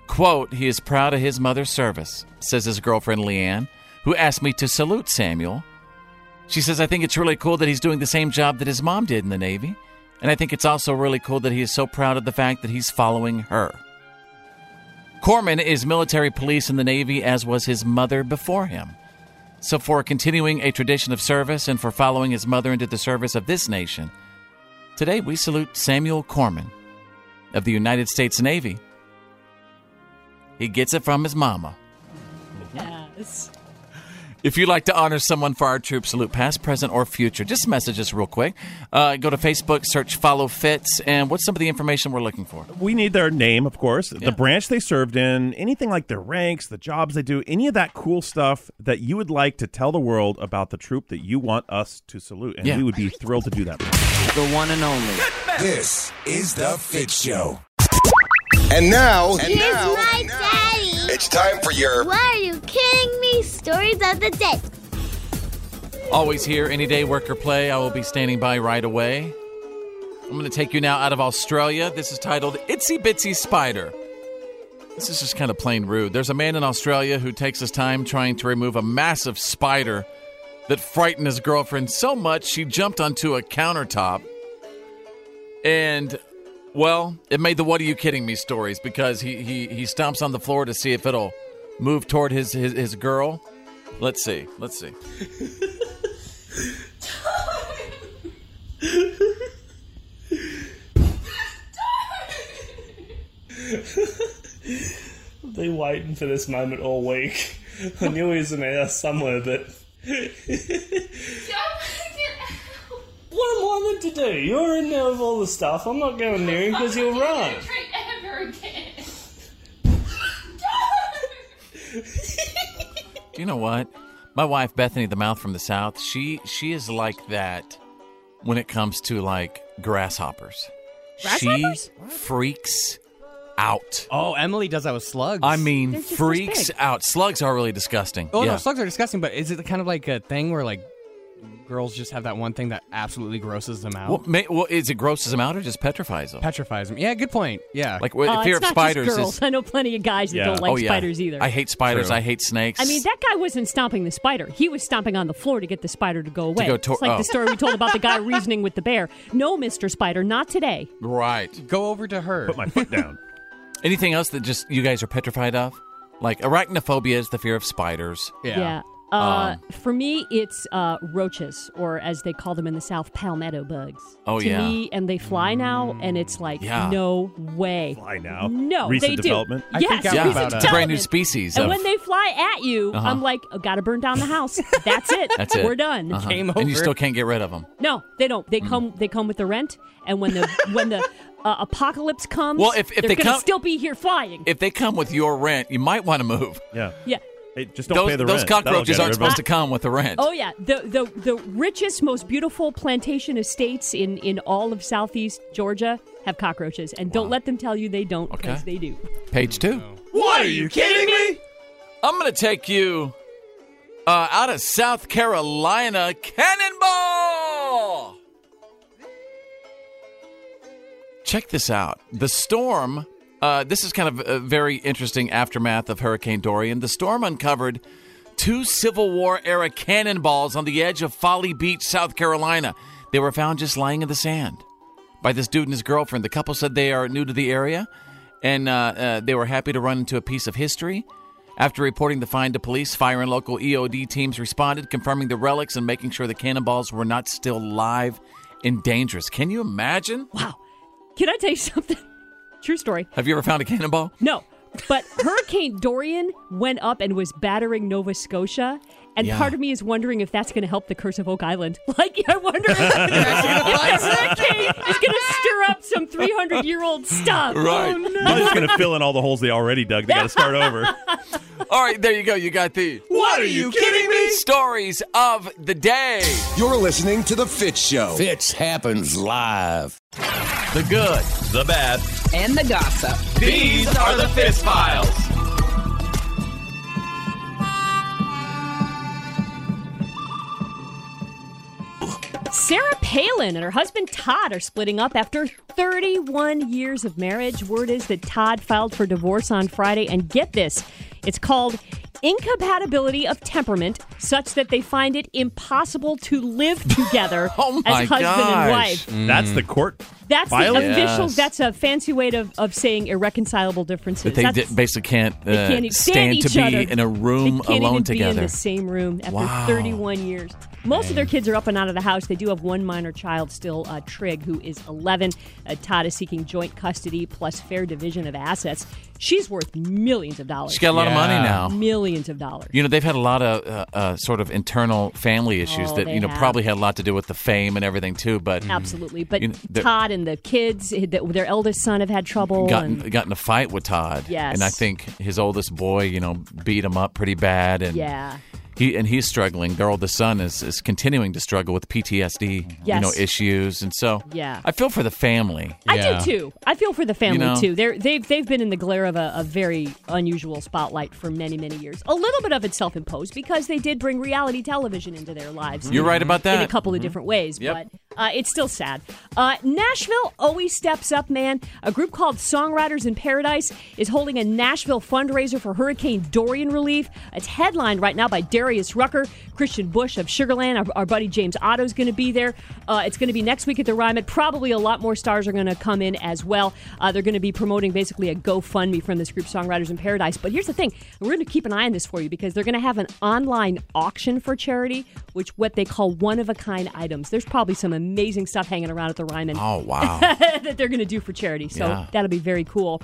Speaker 9: Quote, he is proud of his mother's service, says his girlfriend Leanne, who asked me to salute Samuel. She says, I think it's really cool that he's doing the same job that his mom did in the Navy. And I think it's also really cool that he is so proud of the fact that he's following her. Corman is military police in the Navy, as was his mother before him. So, for continuing a tradition of service and for following his mother into the service of this nation, today we salute Samuel Corman of the United States Navy. He gets it from his mama.
Speaker 4: Yes.
Speaker 9: If you'd like to honor someone for our troop salute, past, present, or future, just message us real quick. Uh, go to Facebook, search Follow Fits, and what's some of the information we're looking for?
Speaker 8: We need their name, of course, the branch they served in, anything like their ranks, the jobs they do, any of that cool stuff that you would like to tell the world about the troop that you want us to salute. And
Speaker 11: Yeah.
Speaker 8: we would be thrilled to do that.
Speaker 11: The one and only. This is the Fit Show. And Oh, now,
Speaker 2: Here's my daddy.
Speaker 11: it's time for your
Speaker 2: Why are you kidding me? Stories of the day.
Speaker 9: Always here, any day, work or play. I will be standing by right away. I'm going to take you now out of Australia. This is titled Itsy Bitsy Spider. This is just kind of plain rude. There's a man in Australia who takes his time trying to remove a massive spider that frightened his girlfriend so much she jumped onto a countertop. And, well, it made the what are you kidding me stories because he, he, he stomps on the floor to see if it'll move toward his, his, his girl. Let's see. Let's see.
Speaker 12: really waiting for this moment all week. I knew he was in our house somewhere, but what am I meant to do? You're in there with all the stuff. I'm not going near him because he'll run.
Speaker 9: Do you know what? My wife Bethany, the mouth from the south, she she is like that when it comes to like grasshoppers.
Speaker 1: Grasshoppers?
Speaker 9: She freaks out.
Speaker 1: Oh, Emily does that with slugs.
Speaker 9: I mean,
Speaker 1: They're just this
Speaker 9: freaks
Speaker 1: big.
Speaker 9: out. Slugs are really disgusting.
Speaker 1: Oh
Speaker 9: yeah.
Speaker 1: no, slugs are disgusting. But is it kind of like a thing where like girls just have that one thing that absolutely grosses them out?
Speaker 9: Well, ma- well, is it grosses them out or just petrifies them?
Speaker 1: Petrifies them. Yeah, good point. Yeah,
Speaker 9: Like well,
Speaker 4: Uh,
Speaker 9: fear of
Speaker 4: it's not
Speaker 9: spiders is.
Speaker 4: Just girls. I know plenty of guys that don't like
Speaker 9: Oh, yeah.
Speaker 4: spiders either.
Speaker 9: I hate spiders.
Speaker 1: True.
Speaker 9: I hate snakes.
Speaker 4: I mean, that guy wasn't stomping the spider. He was stomping on the floor to get the spider to go away.
Speaker 9: go to-
Speaker 4: it's like
Speaker 9: oh.
Speaker 4: the story we told about the guy reasoning with the bear. No, Mister Spider, not today.
Speaker 9: right.
Speaker 1: Go over to her. Put
Speaker 8: my foot down.
Speaker 9: Anything else that just you guys are petrified of? Like arachnophobia is the fear of spiders.
Speaker 4: Uh,
Speaker 9: Um,
Speaker 4: for me, it's uh, roaches, or as they call them in the South, palmetto bugs.
Speaker 9: Oh,
Speaker 4: to
Speaker 9: yeah. Mm,
Speaker 4: me, and they fly now, and it's like
Speaker 9: Yeah.
Speaker 4: no way.
Speaker 8: Fly now.
Speaker 4: No,
Speaker 9: Recent
Speaker 4: they do.
Speaker 9: development? I
Speaker 4: Yes,
Speaker 9: freak out
Speaker 4: recent
Speaker 9: about, uh, It's a
Speaker 4: development.
Speaker 9: brand new species
Speaker 4: And
Speaker 9: of-
Speaker 4: when they fly at you,
Speaker 9: Uh-huh.
Speaker 4: I'm like, oh, gotta burn down the house. That's it.
Speaker 9: that's it.
Speaker 4: We're done.
Speaker 9: Uh-huh. And you still can't get rid of them.
Speaker 4: No, they don't.
Speaker 9: Hmm.
Speaker 4: They come. They come with the rent, and when the when the uh, apocalypse comes,
Speaker 9: Well, if- if
Speaker 4: they're
Speaker 9: they
Speaker 4: gonna
Speaker 9: come-
Speaker 4: still be here flying.
Speaker 9: If they come with your rent, you might want to move.
Speaker 8: Yeah.
Speaker 4: Yeah.
Speaker 8: just don't
Speaker 9: those,
Speaker 8: pay the
Speaker 9: those
Speaker 8: rent. That'll
Speaker 9: cockroaches
Speaker 8: get rid
Speaker 9: aren't
Speaker 8: of
Speaker 9: supposed
Speaker 8: them.
Speaker 9: to come with the rent.
Speaker 4: Oh yeah, the the the richest, most beautiful plantation estates in in all of southeast Georgia have cockroaches, and don't let them tell you they don't because
Speaker 9: Okay.
Speaker 4: they do.
Speaker 9: Page two.
Speaker 4: What
Speaker 9: are you kidding me? I'm going to take you uh, out of South Carolina, Cannonball! Check this out. The storm, uh, this is kind of a very interesting aftermath of Hurricane Dorian. The storm uncovered two Civil War era cannonballs on the edge of Folly Beach, South Carolina. They were found just lying in the sand by this dude and his girlfriend. The couple said they are new to the area and uh, uh, they were happy to run into a piece of history. After reporting the find to police, fire and local EOD teams responded, confirming the relics and making sure the cannonballs were not still live and dangerous. Can you imagine?
Speaker 4: Wow. Can I tell you something? True story.
Speaker 9: Have you ever found a cannonball?
Speaker 4: No, but Hurricane Dorian went up and was battering Nova Scotia. And
Speaker 9: Yeah.
Speaker 4: part of me is wondering if that's going to help the curse of Oak Island. Like, I wonder if, if the hurricane is going to stir up some 300 year old stuff.
Speaker 8: Right.
Speaker 4: Oh, no.
Speaker 8: You're just going to fill in all the holes they already dug. They got to start over.
Speaker 9: All right, there you go. You got the. What are you kidding me? Stories of the day.
Speaker 11: You're listening to The Fit Show. Fits happens live.
Speaker 9: The good,
Speaker 11: the bad.
Speaker 5: And the gossip.
Speaker 11: These are the Fist
Speaker 5: files.
Speaker 4: Sarah Palin and her husband Todd are splitting up after 31 years of marriage. Word is that Todd filed for divorce on Friday, and get this it's called incompatibility of temperament, such that they find it impossible to live together
Speaker 8: Oh My
Speaker 4: as husband and
Speaker 8: gosh.
Speaker 4: wife.
Speaker 8: Mm. That's the court.
Speaker 4: That's
Speaker 8: filing?
Speaker 4: the official, that's a fancy way of, of saying irreconcilable differences.
Speaker 9: That they
Speaker 4: That's-
Speaker 9: di- basically can't, uh,
Speaker 4: they can't even stand
Speaker 9: stand to
Speaker 4: each
Speaker 9: be
Speaker 4: other.
Speaker 9: in a room
Speaker 4: they can't
Speaker 9: alone
Speaker 4: even
Speaker 9: together.
Speaker 4: Be in the same room after
Speaker 9: Wow.
Speaker 4: 31 years. Most of their kids are up and out of the house. They do have one minor child still, uh, Trig, who is 11. Uh, Todd is seeking joint custody plus fair division of assets. She's worth millions of dollars.
Speaker 9: She's got a lot of money Yeah. now.
Speaker 4: Millions of dollars.
Speaker 9: You know, they've had a lot of uh, uh, sort of internal family issues
Speaker 4: Oh,
Speaker 9: that,
Speaker 4: they
Speaker 9: you know,
Speaker 4: have.
Speaker 9: probably had a lot to do with the fame and everything, too. But mm,
Speaker 4: Absolutely. But
Speaker 9: You know, the-
Speaker 4: Todd and the kids, eh, th- their eldest son, have had trouble.
Speaker 9: gotten
Speaker 4: and-
Speaker 9: gotten a fight with Todd.
Speaker 4: Yes.
Speaker 9: And I think his oldest boy, you know, beat him up pretty bad and
Speaker 4: yeah.
Speaker 9: he and he's struggling. Their oldest son is, is continuing to struggle with PTSD, you
Speaker 4: Yes.
Speaker 9: know, issues. And so
Speaker 4: Yeah.
Speaker 9: I feel for the family.
Speaker 4: I do too. I feel for the family
Speaker 9: know?
Speaker 4: too. They're, they've they've been in the glare of a, a very unusual spotlight for many many years. A little bit of it self imposed because they did bring reality television into their lives.
Speaker 9: You're right about
Speaker 4: in a
Speaker 9: that. Mm-hmm.
Speaker 4: couple of different ways,
Speaker 9: Yep.
Speaker 4: but uh, it's still sad. Uh, Nashville always steps up, man. A group called Songwriters in Paradise is holding a Nashville fundraiser for Hurricane Dorian relief. It's headlined right now by Darius Rucker, Christian Bush of Sugarland. Our, our buddy James Otto is going to be there. Uh, it's going to be next week at the Ryman. Probably a lot more stars are going to come in as well. Uh, they're going to be promoting basically a GoFundMe from this group, Songwriters in Paradise. But here's the thing we're going to keep an eye on this for you because they're going to have an online auction for charity, which what they call one of a kind items. There's probably some amazing stuff hanging around at the Ryman.
Speaker 9: Oh, wow.
Speaker 4: that they're going to do for charity. So
Speaker 9: Yeah.
Speaker 4: that'll be very cool.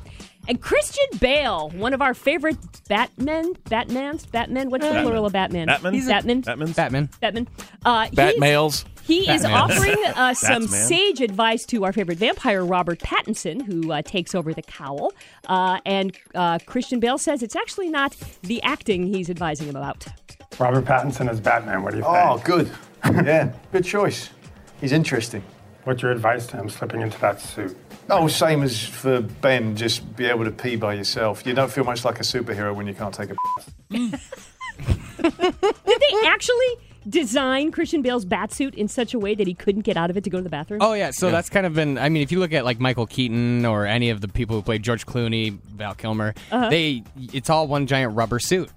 Speaker 4: And Christian Bale, one of our favorite Batmen, Batmans, Batmen. What's the
Speaker 9: Batman.
Speaker 4: plural of Batman?
Speaker 9: Batman?
Speaker 4: He's a- Batman.
Speaker 8: Batman's?
Speaker 1: Batman.
Speaker 4: Batman. Uh, he-
Speaker 9: Batmales.
Speaker 4: He is
Speaker 9: Batmans.
Speaker 4: offering uh, some
Speaker 9: Batsman.
Speaker 4: sage advice to our favorite vampire, Robert Pattinson, who uh, takes over the cowl. Uh, and uh, Christian Bale says it's actually not the acting he's advising him about.
Speaker 13: Robert Pattinson as Batman. What do you think?
Speaker 14: Oh,
Speaker 13: good. yeah, good choice. He's interesting. What's your advice to him slipping into that suit?
Speaker 14: Oh, same as for Ben, just be able to pee by yourself. You don't feel much like a superhero when you can't take a.
Speaker 4: Did they actually design Christian Bale's bat suit in such a way that he couldn't get out of it to go to the bathroom?
Speaker 1: Oh yeah, so that's kind of been. I mean, if you look at like Michael Keaton or any of the people who played George Clooney, Val Kilmer,
Speaker 4: Uh-huh.
Speaker 1: they it's all one giant rubber suit.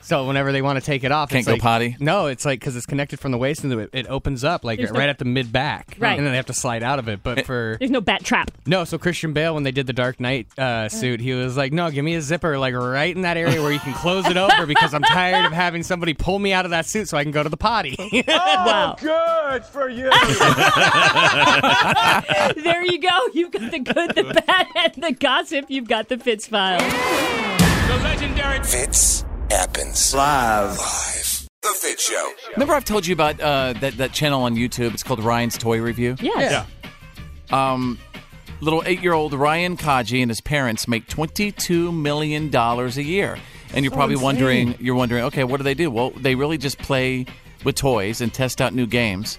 Speaker 1: So whenever they want to take it off,
Speaker 9: Can't
Speaker 1: it's
Speaker 9: go
Speaker 1: like-
Speaker 9: potty?
Speaker 1: No, it's like because it's connected from the waist and it, it opens up like
Speaker 4: There's
Speaker 1: right
Speaker 4: no-
Speaker 1: at the mid back,
Speaker 4: Right.
Speaker 1: And then they have to slide out of it.
Speaker 9: Eh.
Speaker 1: But for
Speaker 4: There's no bat trap.
Speaker 1: no, so Christian Bale when they did the Dark Knight uh, suit, he was like, "No, give me a zipper like right in that area where you can close it over because I'm tired of having somebody pull me out of that suit so I can go to the potty."
Speaker 4: Wow.
Speaker 13: Oh, Good for you.
Speaker 4: there you go. You've got the good, the bad, and the gossip. You've got the Fitz file.
Speaker 11: The legendary Fitz happens live. Live. The Fit Show.
Speaker 9: Remember, I've told you about uh, that that channel on YouTube. It's called Ryan's Toy Review.
Speaker 4: Yes.
Speaker 9: Um, little eight-year-old Ryan Kaji and his parents make twenty-two million dollars a year, and you're
Speaker 15: So
Speaker 9: probably
Speaker 15: insane.
Speaker 9: wondering, you're wondering, okay, what do they do? Well, they really just play with toys and test out new games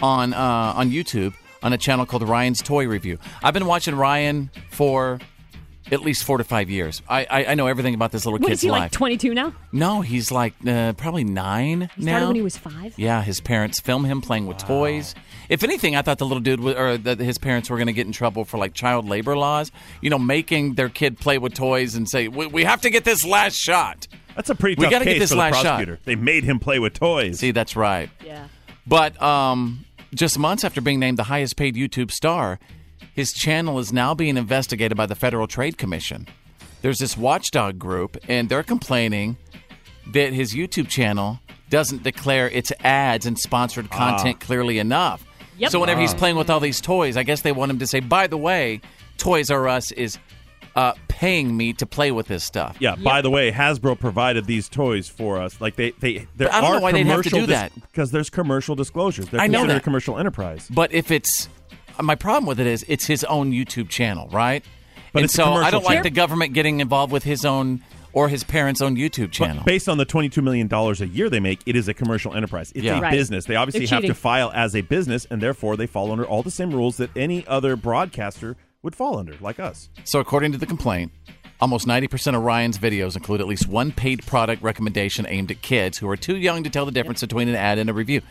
Speaker 9: on uh, on YouTube on a channel called Ryan's Toy Review. I've been watching Ryan for at least four to five years. I I, I know everything about this little
Speaker 4: What
Speaker 9: kid's
Speaker 4: is he
Speaker 9: life.
Speaker 4: like? Twenty two now?
Speaker 9: no, he's like uh, probably nine
Speaker 4: He started
Speaker 9: now.
Speaker 4: when he was five.
Speaker 9: Yeah, his parents film him playing with toys. If anything, I thought the little dude wa- or that his parents were going to get in trouble for like child labor laws. You know, making their kid play with toys and say, "We, we have to get this last shot."
Speaker 8: That's a pretty
Speaker 9: We
Speaker 8: tough
Speaker 9: gotta
Speaker 8: case
Speaker 9: get this
Speaker 8: for
Speaker 9: last
Speaker 8: the
Speaker 9: shot.
Speaker 8: prosecutor. They made him play with toys.
Speaker 9: See, that's right.
Speaker 4: Yeah.
Speaker 9: But um, just months after being named the highest-paid YouTube star, his channel is now being investigated by the Federal Trade Commission. There's this watchdog group, and they're complaining that his YouTube channel doesn't declare its ads and sponsored content clearly enough.
Speaker 15: Ah. Yep.
Speaker 9: So whenever he's
Speaker 15: Ah.
Speaker 9: playing with all these toys, I guess they want him to say, "By the way, Toys R Us is uh, paying me to play with this stuff."
Speaker 8: Yeah. By the way, Hasbro provided these toys for us. Like they, they, there
Speaker 9: But I don't
Speaker 8: are
Speaker 9: know why they'd have to
Speaker 8: commercial
Speaker 9: do that.
Speaker 8: because there's commercial disclosures. They're
Speaker 9: I know
Speaker 8: considered a
Speaker 9: that.
Speaker 8: commercial enterprise.
Speaker 9: But if it's my problem with it is it's his own YouTube channel, right?
Speaker 8: But
Speaker 9: and
Speaker 8: it's a
Speaker 9: so I
Speaker 8: commercial
Speaker 9: don't like
Speaker 8: channel.
Speaker 9: the government getting involved with his own or his parents' own YouTube channel.
Speaker 8: But based on the $22 million a year they make, it is a commercial enterprise. It's
Speaker 9: Yeah.
Speaker 8: a
Speaker 9: Right.
Speaker 8: business. They obviously
Speaker 9: They're
Speaker 8: have
Speaker 9: cheating.
Speaker 8: to file as a business, and therefore they fall under all the same rules that any other broadcaster would fall under, like us.
Speaker 9: So according to the complaint, almost 90% of Ryan's videos include at least one paid product recommendation aimed at kids who are too young to tell the difference between an ad and a review.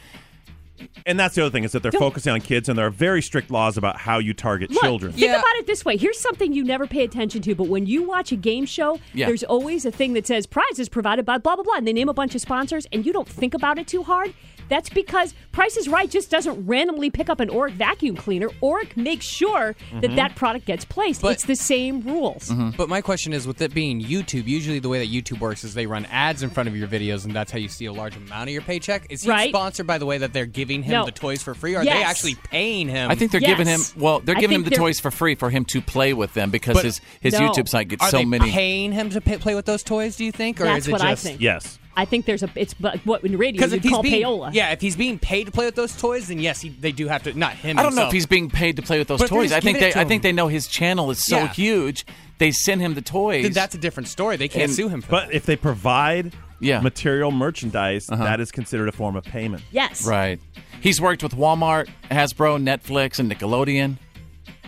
Speaker 8: And that's the other thing is that they're focusing on kids, and there are very strict laws about how you target
Speaker 4: Look,
Speaker 8: children.
Speaker 4: Think about it this way. Here's something you never pay attention to, but when you watch a game show,
Speaker 8: Yeah.
Speaker 4: there's always a thing that says prizes provided by blah blah blah, and they name a bunch of sponsors, and you don't think about it too hard. That's because Price is Right just doesn't randomly pick up an Oric vacuum cleaner. Oric makes sure that
Speaker 1: Mhm.
Speaker 4: that product gets placed. it's the same rules.
Speaker 9: Mm-hmm.
Speaker 1: But my question is, with it being YouTube, usually the way that YouTube works is they run ads in front of your videos, and that's how you see a large amount of your paycheck. Is he
Speaker 4: Right.
Speaker 1: sponsored by the way that they're giving him
Speaker 4: No.
Speaker 1: the toys for free? Are they
Speaker 4: Yes.
Speaker 1: actually paying him?
Speaker 9: I think they're giving him well, they're
Speaker 1: I
Speaker 9: giving him
Speaker 1: think
Speaker 9: the
Speaker 1: they're-
Speaker 9: toys for free for him to play with them because
Speaker 1: But-
Speaker 9: his his
Speaker 1: No.
Speaker 9: YouTube site gets
Speaker 1: Are
Speaker 9: so
Speaker 1: they
Speaker 9: many
Speaker 1: paying him to pay, play with those toys? Do you think, or
Speaker 4: That's
Speaker 1: is it
Speaker 4: what I
Speaker 1: just
Speaker 4: think. Yes. I think there's a it's bu- what in radio
Speaker 1: Because
Speaker 4: you
Speaker 1: if he's
Speaker 4: call
Speaker 1: being,
Speaker 4: payola.
Speaker 1: yeah, if he's being paid to play with those toys, then yes, he, they do have to. Not him.
Speaker 9: I don't know if
Speaker 1: himself.
Speaker 9: he's being paid to play with those
Speaker 1: But if they're
Speaker 9: toys.
Speaker 1: just
Speaker 9: I think
Speaker 1: giving
Speaker 9: they
Speaker 1: it to
Speaker 9: I
Speaker 1: him.
Speaker 9: think they know his channel is so
Speaker 1: Yeah.
Speaker 9: huge. They send him the toys.
Speaker 1: Then that's a different story. They can't
Speaker 9: And-
Speaker 1: sue him. For
Speaker 8: But if they provide
Speaker 9: Yeah. Uh-huh.
Speaker 8: material merchandise, that is considered a form of payment.
Speaker 4: Yes.
Speaker 9: Right. He's worked with Walmart, Hasbro, Netflix, and Nickelodeon.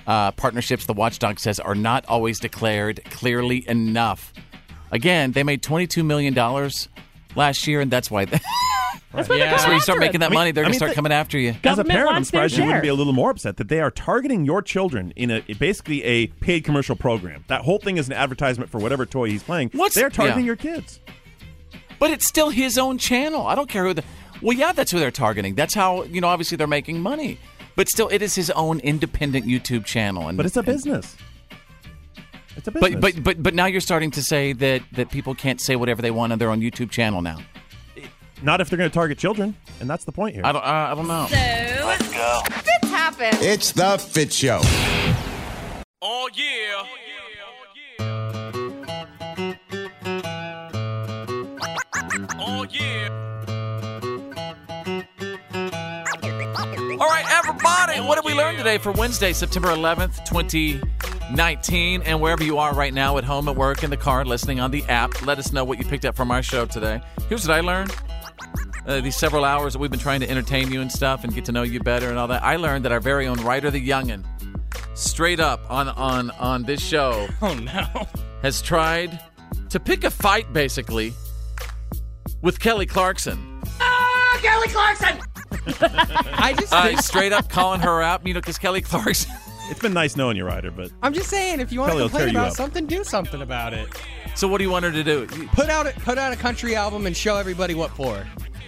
Speaker 9: Uh, partnerships, the watchdog says, are not always declared clearly enough. Again, they made $22 million last year, and that's why.
Speaker 4: That's why they're
Speaker 9: That's
Speaker 4: coming
Speaker 9: where you start
Speaker 4: after
Speaker 9: making
Speaker 4: him.
Speaker 9: that money. They're
Speaker 8: I
Speaker 9: going
Speaker 8: mean,
Speaker 9: to start
Speaker 8: the-
Speaker 9: coming after you.
Speaker 8: As a parent, I'm
Speaker 4: wants their
Speaker 8: surprised you wouldn't
Speaker 4: share.
Speaker 8: be a little more upset that they are targeting your children in a basically a paid commercial program. That whole thing is an advertisement for whatever toy he's playing.
Speaker 9: What's-
Speaker 8: they're targeting
Speaker 9: yeah.
Speaker 8: your kids?
Speaker 9: But it's still his own channel. I don't care who the. Well, yeah, that's who they're targeting. That's how, you know, obviously they're making money. But still, it is his own independent YouTube channel. And,
Speaker 8: But it's a
Speaker 9: and-
Speaker 8: business. It's a business.
Speaker 9: But, but but but now you're starting to say that that people can't say whatever they want on their own YouTube channel now.
Speaker 8: not if they're going to target children, and that's the point here.
Speaker 9: I don't I, I don't know.
Speaker 5: Let's go. Fitz happened?
Speaker 11: It's the Fit Show.
Speaker 17: Oh yeah. Oh yeah.
Speaker 9: All right, everybody, what did we learn today for Wednesday, September 11th, 2019? And wherever you are right now, at home, at work, in the car, listening on the app, let us know what you picked up from our show today. Here's what I learned. Uh, these several hours that we've been trying to entertain you and stuff and get to know you better and all that, I learned that our very own writer, the youngin, straight up on on on this show, oh no, has tried to pick a fight basically with Kelly Clarkson.
Speaker 5: Ah, Kelly Clarkson.
Speaker 9: I just uh, straight up calling her out, you know, because Kelly Clarkson.
Speaker 8: It's been nice knowing you, Ryder, but
Speaker 1: I'm just saying, if you want
Speaker 8: Kelly
Speaker 1: to
Speaker 8: will tear
Speaker 1: complain
Speaker 8: you
Speaker 1: about
Speaker 8: up.
Speaker 1: something, do something about it.
Speaker 9: So what do you want her to do?
Speaker 1: Put out a, put out a country album and show everybody what for.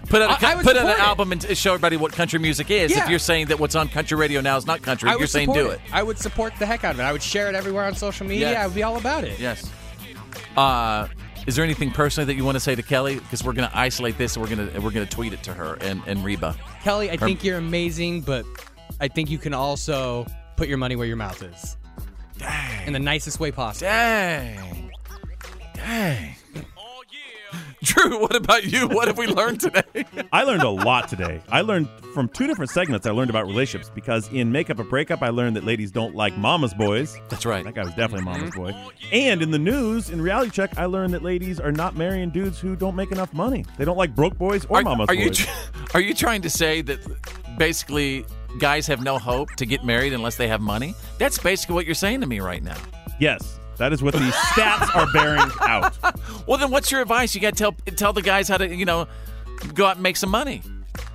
Speaker 9: Put out, a,
Speaker 1: I- I
Speaker 9: co-
Speaker 1: would
Speaker 9: put out an
Speaker 1: support it.
Speaker 9: album and t- show everybody what country music is.
Speaker 1: Yeah.
Speaker 9: If you're saying that what's on country radio now is not country,
Speaker 1: I
Speaker 9: you're
Speaker 1: would
Speaker 9: saying
Speaker 1: support
Speaker 9: do it.
Speaker 1: I would support the heck out of it. I would share it everywhere on social media.
Speaker 9: Yes.
Speaker 1: I would be all about it.
Speaker 9: Yes. Uh, is there anything personally that you want to say to Kelly? Because we're going to isolate this and we're going to we're going to tweet it to her and, and Reba.
Speaker 1: Kelly, I
Speaker 9: Her-
Speaker 1: think you're amazing, but I think you can also put your money where your mouth is. Dang. In the nicest way possible.
Speaker 9: Dang. Dang. Drew, what about you? What have we learned today?
Speaker 8: I learned a lot today. I learned from two different segments. I learned about relationships because in Make Up a Breakup, I learned that ladies don't like mama's boys.
Speaker 9: That's right.
Speaker 8: That guy was definitely
Speaker 9: Hmm?
Speaker 8: mama's boy. And in the news, in Reality Check, I learned that ladies are not marrying dudes who don't make enough money. They don't like broke boys or
Speaker 9: are,
Speaker 8: mama's
Speaker 9: are
Speaker 8: boys.
Speaker 9: you tr- are you trying to say that basically guys have no hope to get married unless they have money? That's basically what you're saying to me right now.
Speaker 8: yes, that is what the stats are bearing out.
Speaker 9: Well, then what's your advice? You got to tell tell the guys how to you know go out and make some money.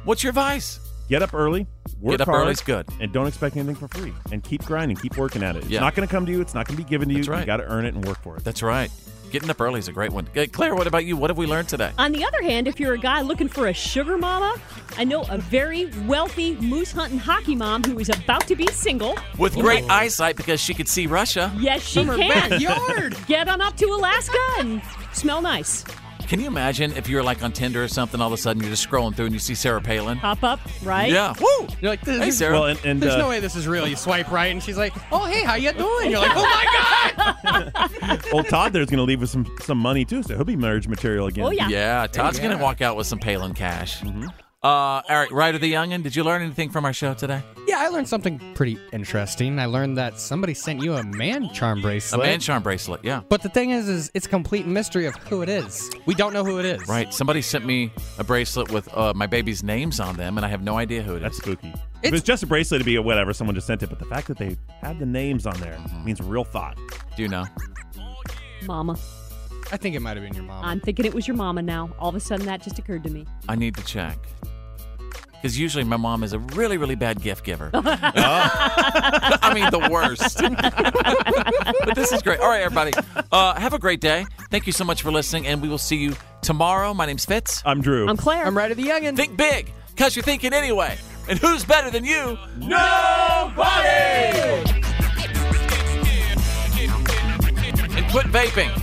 Speaker 9: What's your advice?
Speaker 8: Get up early. Work
Speaker 9: Get up
Speaker 8: hard,
Speaker 9: early's good.
Speaker 8: And don't expect anything for free. And keep grinding. Keep working at it. It's
Speaker 9: Yeah.
Speaker 8: not going to come to you. It's not going to be given to you.
Speaker 9: That's
Speaker 8: You
Speaker 9: right.
Speaker 8: got to earn it and work for it.
Speaker 9: That's right. Getting up early is a great one. Hey, Claire, what about you? What have we learned today?
Speaker 4: On the other hand, if you're a guy looking for a sugar mama, I know a very wealthy moose hunting hockey mom who is about to be single.
Speaker 9: With great eyesight because she could see Russia.
Speaker 4: Yes, she
Speaker 9: From her
Speaker 4: can.
Speaker 9: backyard.
Speaker 4: Get on up to Alaska and smell nice.
Speaker 9: Can you imagine if you're like on Tinder or something, all of a sudden you're just scrolling through and you see Sarah Palin?
Speaker 4: Pop up, right?
Speaker 9: Yeah. Woo!
Speaker 1: You're like, this
Speaker 9: Hey,
Speaker 1: is,
Speaker 9: Sarah. Well, and- and,
Speaker 1: there's
Speaker 9: uh,
Speaker 1: no way this is real. You swipe right, and she's like, "Oh, hey, how you doing?" You're like, "Oh my god!"
Speaker 8: Old Todd there's going to leave with some some money too, so he'll be marriage material again.
Speaker 9: Yeah, Todd's going to walk out with some Palin cash.
Speaker 8: Mm-hmm.
Speaker 9: Uh, all right, Ryder the Youngin, did you learn anything from our show today?
Speaker 1: Yeah, I learned something pretty interesting. I learned that somebody sent you a man charm
Speaker 9: A
Speaker 1: bracelet.
Speaker 9: man charm bracelet, yeah.
Speaker 1: But the thing is, is it's a complete mystery of who it is. We don't know who it is.
Speaker 9: Right. Somebody sent me a bracelet with uh, my baby's names on them, and I have no idea who it is. That's
Speaker 8: spooky. If it's just a bracelet, it'd be a whatever. Someone just sent it, but the fact that they had the names on there means real thought.
Speaker 9: Mm-hmm. Do you know?
Speaker 4: Mama.
Speaker 1: I think it might have been your mom.
Speaker 4: I'm thinking it was your mama now. All of a sudden, that just occurred to me.
Speaker 9: I need to check. Because usually my mom is a really, really bad gift giver. I mean, the worst. but this is great. All right, everybody. Uh, have a great day. Thank you so much for listening, and we will see you tomorrow. My name's Fitz.
Speaker 8: I'm Drew.
Speaker 4: I'm Claire. I'm
Speaker 1: Ryder the Youngin.
Speaker 9: Think big, because you're thinking anyway. And who's better than you? Nobody! And quit vaping.